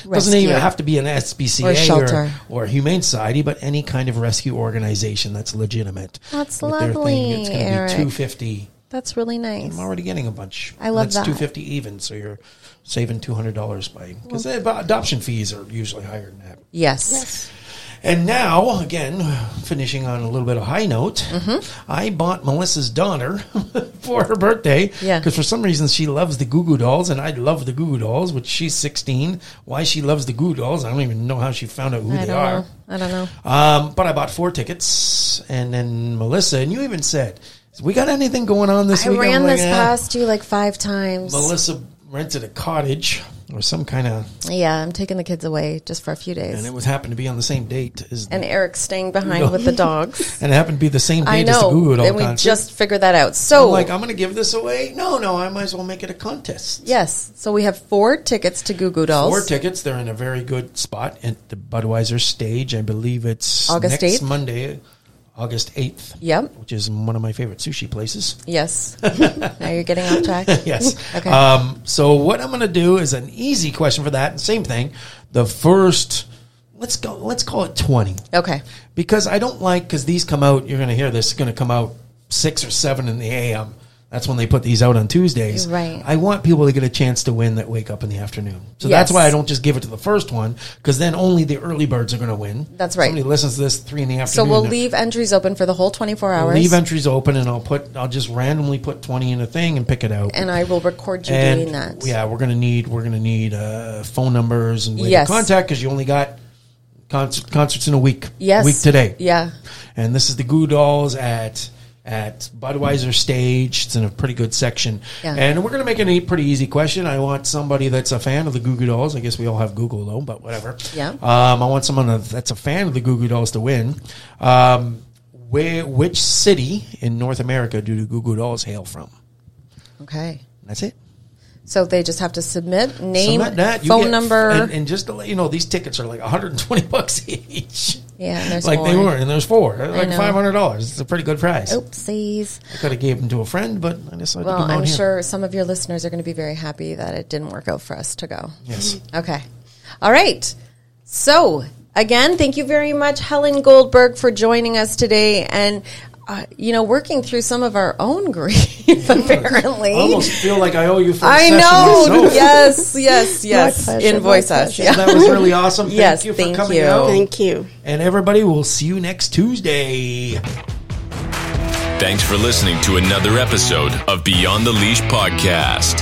Speaker 2: Doesn't
Speaker 3: rescue.
Speaker 2: even have to be an SPCA
Speaker 3: Or shelter.
Speaker 2: or, Humane Society, but any kind of rescue organization that's legitimate.
Speaker 3: That's
Speaker 2: With their thing, It's
Speaker 3: lovely,
Speaker 2: going to
Speaker 3: Eric.
Speaker 2: be two fifty.
Speaker 3: That's really nice.
Speaker 2: I'm already getting a bunch.
Speaker 3: I love
Speaker 2: That's
Speaker 3: that.
Speaker 2: Two fifty even, so you're saving two hundred dollars by because adoption fees are usually higher than that.
Speaker 3: Yes.
Speaker 2: And now, again, finishing on a little bit of high note,
Speaker 3: Mm-hmm.
Speaker 2: I bought Melissa's daughter for her birthday.
Speaker 3: Yeah.
Speaker 2: Because for some reason she loves the Goo Goo Dolls, and I love the Goo Goo Dolls, which she's 16. Why she loves the Goo Goo Dolls, I don't even know how she found out who
Speaker 3: I
Speaker 2: they
Speaker 3: don't
Speaker 2: are.
Speaker 3: know. I don't know.
Speaker 2: Um, but I bought four tickets, and then Melissa, and you even said, "We got anything going on this
Speaker 3: I
Speaker 2: week?" I'm
Speaker 3: ran
Speaker 2: like,
Speaker 3: this
Speaker 2: "Eh."
Speaker 3: past you like five times.
Speaker 2: Melissa rented a cottage or some kind of,
Speaker 3: Yeah, I'm taking the kids away just for a few days.
Speaker 2: and it was happened to be on the same date as,
Speaker 3: and Eric's staying behind with the dogs.
Speaker 2: and it happened to be the same date
Speaker 3: I
Speaker 2: as the Goo Goo
Speaker 3: know.
Speaker 2: Doll
Speaker 3: And we
Speaker 2: concert.
Speaker 3: just figured that out. So,
Speaker 2: I'm like, I'm going to give this away. No, no, I might as well make it a contest.
Speaker 3: yes. So we have four tickets to Goo Goo Dolls.
Speaker 2: Four tickets. They're in a very good spot at the Budweiser stage. I believe it's
Speaker 3: August
Speaker 2: next
Speaker 3: 8th?
Speaker 2: Monday, August 8th.
Speaker 3: Yep.
Speaker 2: Which is one of my favorite sushi places.
Speaker 3: Yes. now you're getting off track.
Speaker 2: yes.
Speaker 3: Okay.
Speaker 2: Um, so what I'm going to do is an easy question for that. Same thing. The first, let's go. Let's call it 20
Speaker 3: Okay.
Speaker 2: because I don't like because these come out. You're going to hear this is going to come out six or seven in the a.m. That's when they put these out on Tuesdays.
Speaker 3: Right.
Speaker 2: I want people to get a chance to win that wake up in the afternoon. So that's
Speaker 3: Yes.
Speaker 2: why I don't just give it to the first one because then only the early birds are going to win.
Speaker 3: That's right.
Speaker 2: Somebody listens to this three in the
Speaker 3: So
Speaker 2: afternoon.
Speaker 3: we'll
Speaker 2: they're-
Speaker 3: leave entries open for the whole 24
Speaker 2: I'll
Speaker 3: hours.
Speaker 2: leave entries open, and I'll put I'll just randomly put twenty in a thing and pick it out.
Speaker 3: and I will record you
Speaker 2: And,
Speaker 3: doing that.
Speaker 2: Yeah, we're gonna need we're gonna need uh, phone numbers and way
Speaker 3: Yes.
Speaker 2: to contact because you only got concert, concerts in a week.
Speaker 3: Yes.
Speaker 2: week today.
Speaker 3: Yeah.
Speaker 2: and this is the Goo Dolls at at Budweiser stage. It's in a pretty good section,
Speaker 3: Yeah.
Speaker 2: and we're gonna make it a pretty easy question. I want somebody that's a fan of the Goo Goo Dolls. I guess we all have Google though, but whatever.
Speaker 3: Yeah.
Speaker 2: Um, I want someone that's a fan of the Goo Goo Dolls to win. Um, where which city in North America do the Goo Goo Dolls hail from?
Speaker 3: Okay.
Speaker 2: That's it.
Speaker 3: So they just have to submit name,
Speaker 2: Submit that, you
Speaker 3: phone
Speaker 2: get-
Speaker 3: number.
Speaker 2: and, and just to let you know, these tickets are like 120 bucks each.
Speaker 3: yeah, and there's
Speaker 2: like they
Speaker 3: more.
Speaker 2: were, and there's four, They're like
Speaker 3: know.
Speaker 2: five hundred dollars. It's a pretty good price.
Speaker 3: Oopsies.
Speaker 2: I could have gave them to a friend, but I decided
Speaker 3: Well,
Speaker 2: to come out
Speaker 3: I'm
Speaker 2: here.
Speaker 3: sure some of your listeners are going to be very happy that it didn't work out for us to go.
Speaker 2: Yes,
Speaker 3: Okay. All right. So, again, thank you very much, Helen Goldberg, for joining us today. And, uh, you know, working through some of our own grief, apparently.
Speaker 2: I almost feel like I owe you for a
Speaker 3: I
Speaker 2: session
Speaker 3: know.
Speaker 2: myself.
Speaker 3: Yes, yes, yes.
Speaker 4: pleasure, my
Speaker 3: Invoice us.
Speaker 4: pleasure.
Speaker 3: Yeah.
Speaker 2: That was really awesome. Thank
Speaker 3: Yes,
Speaker 2: you for
Speaker 3: thank
Speaker 2: coming
Speaker 3: you.
Speaker 2: out.
Speaker 4: Thank you.
Speaker 2: And everybody, we'll see you next Tuesday.
Speaker 1: Thanks for listening to another episode of Beyond the Leash podcast.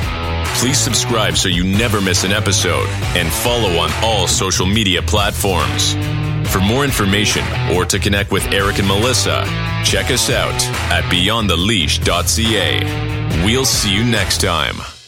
Speaker 1: Please subscribe so you never miss an episode and follow on all social media platforms. For more information or to connect with Eric and Melissa, check us out at beyondtheleash.ca. We'll see you next time.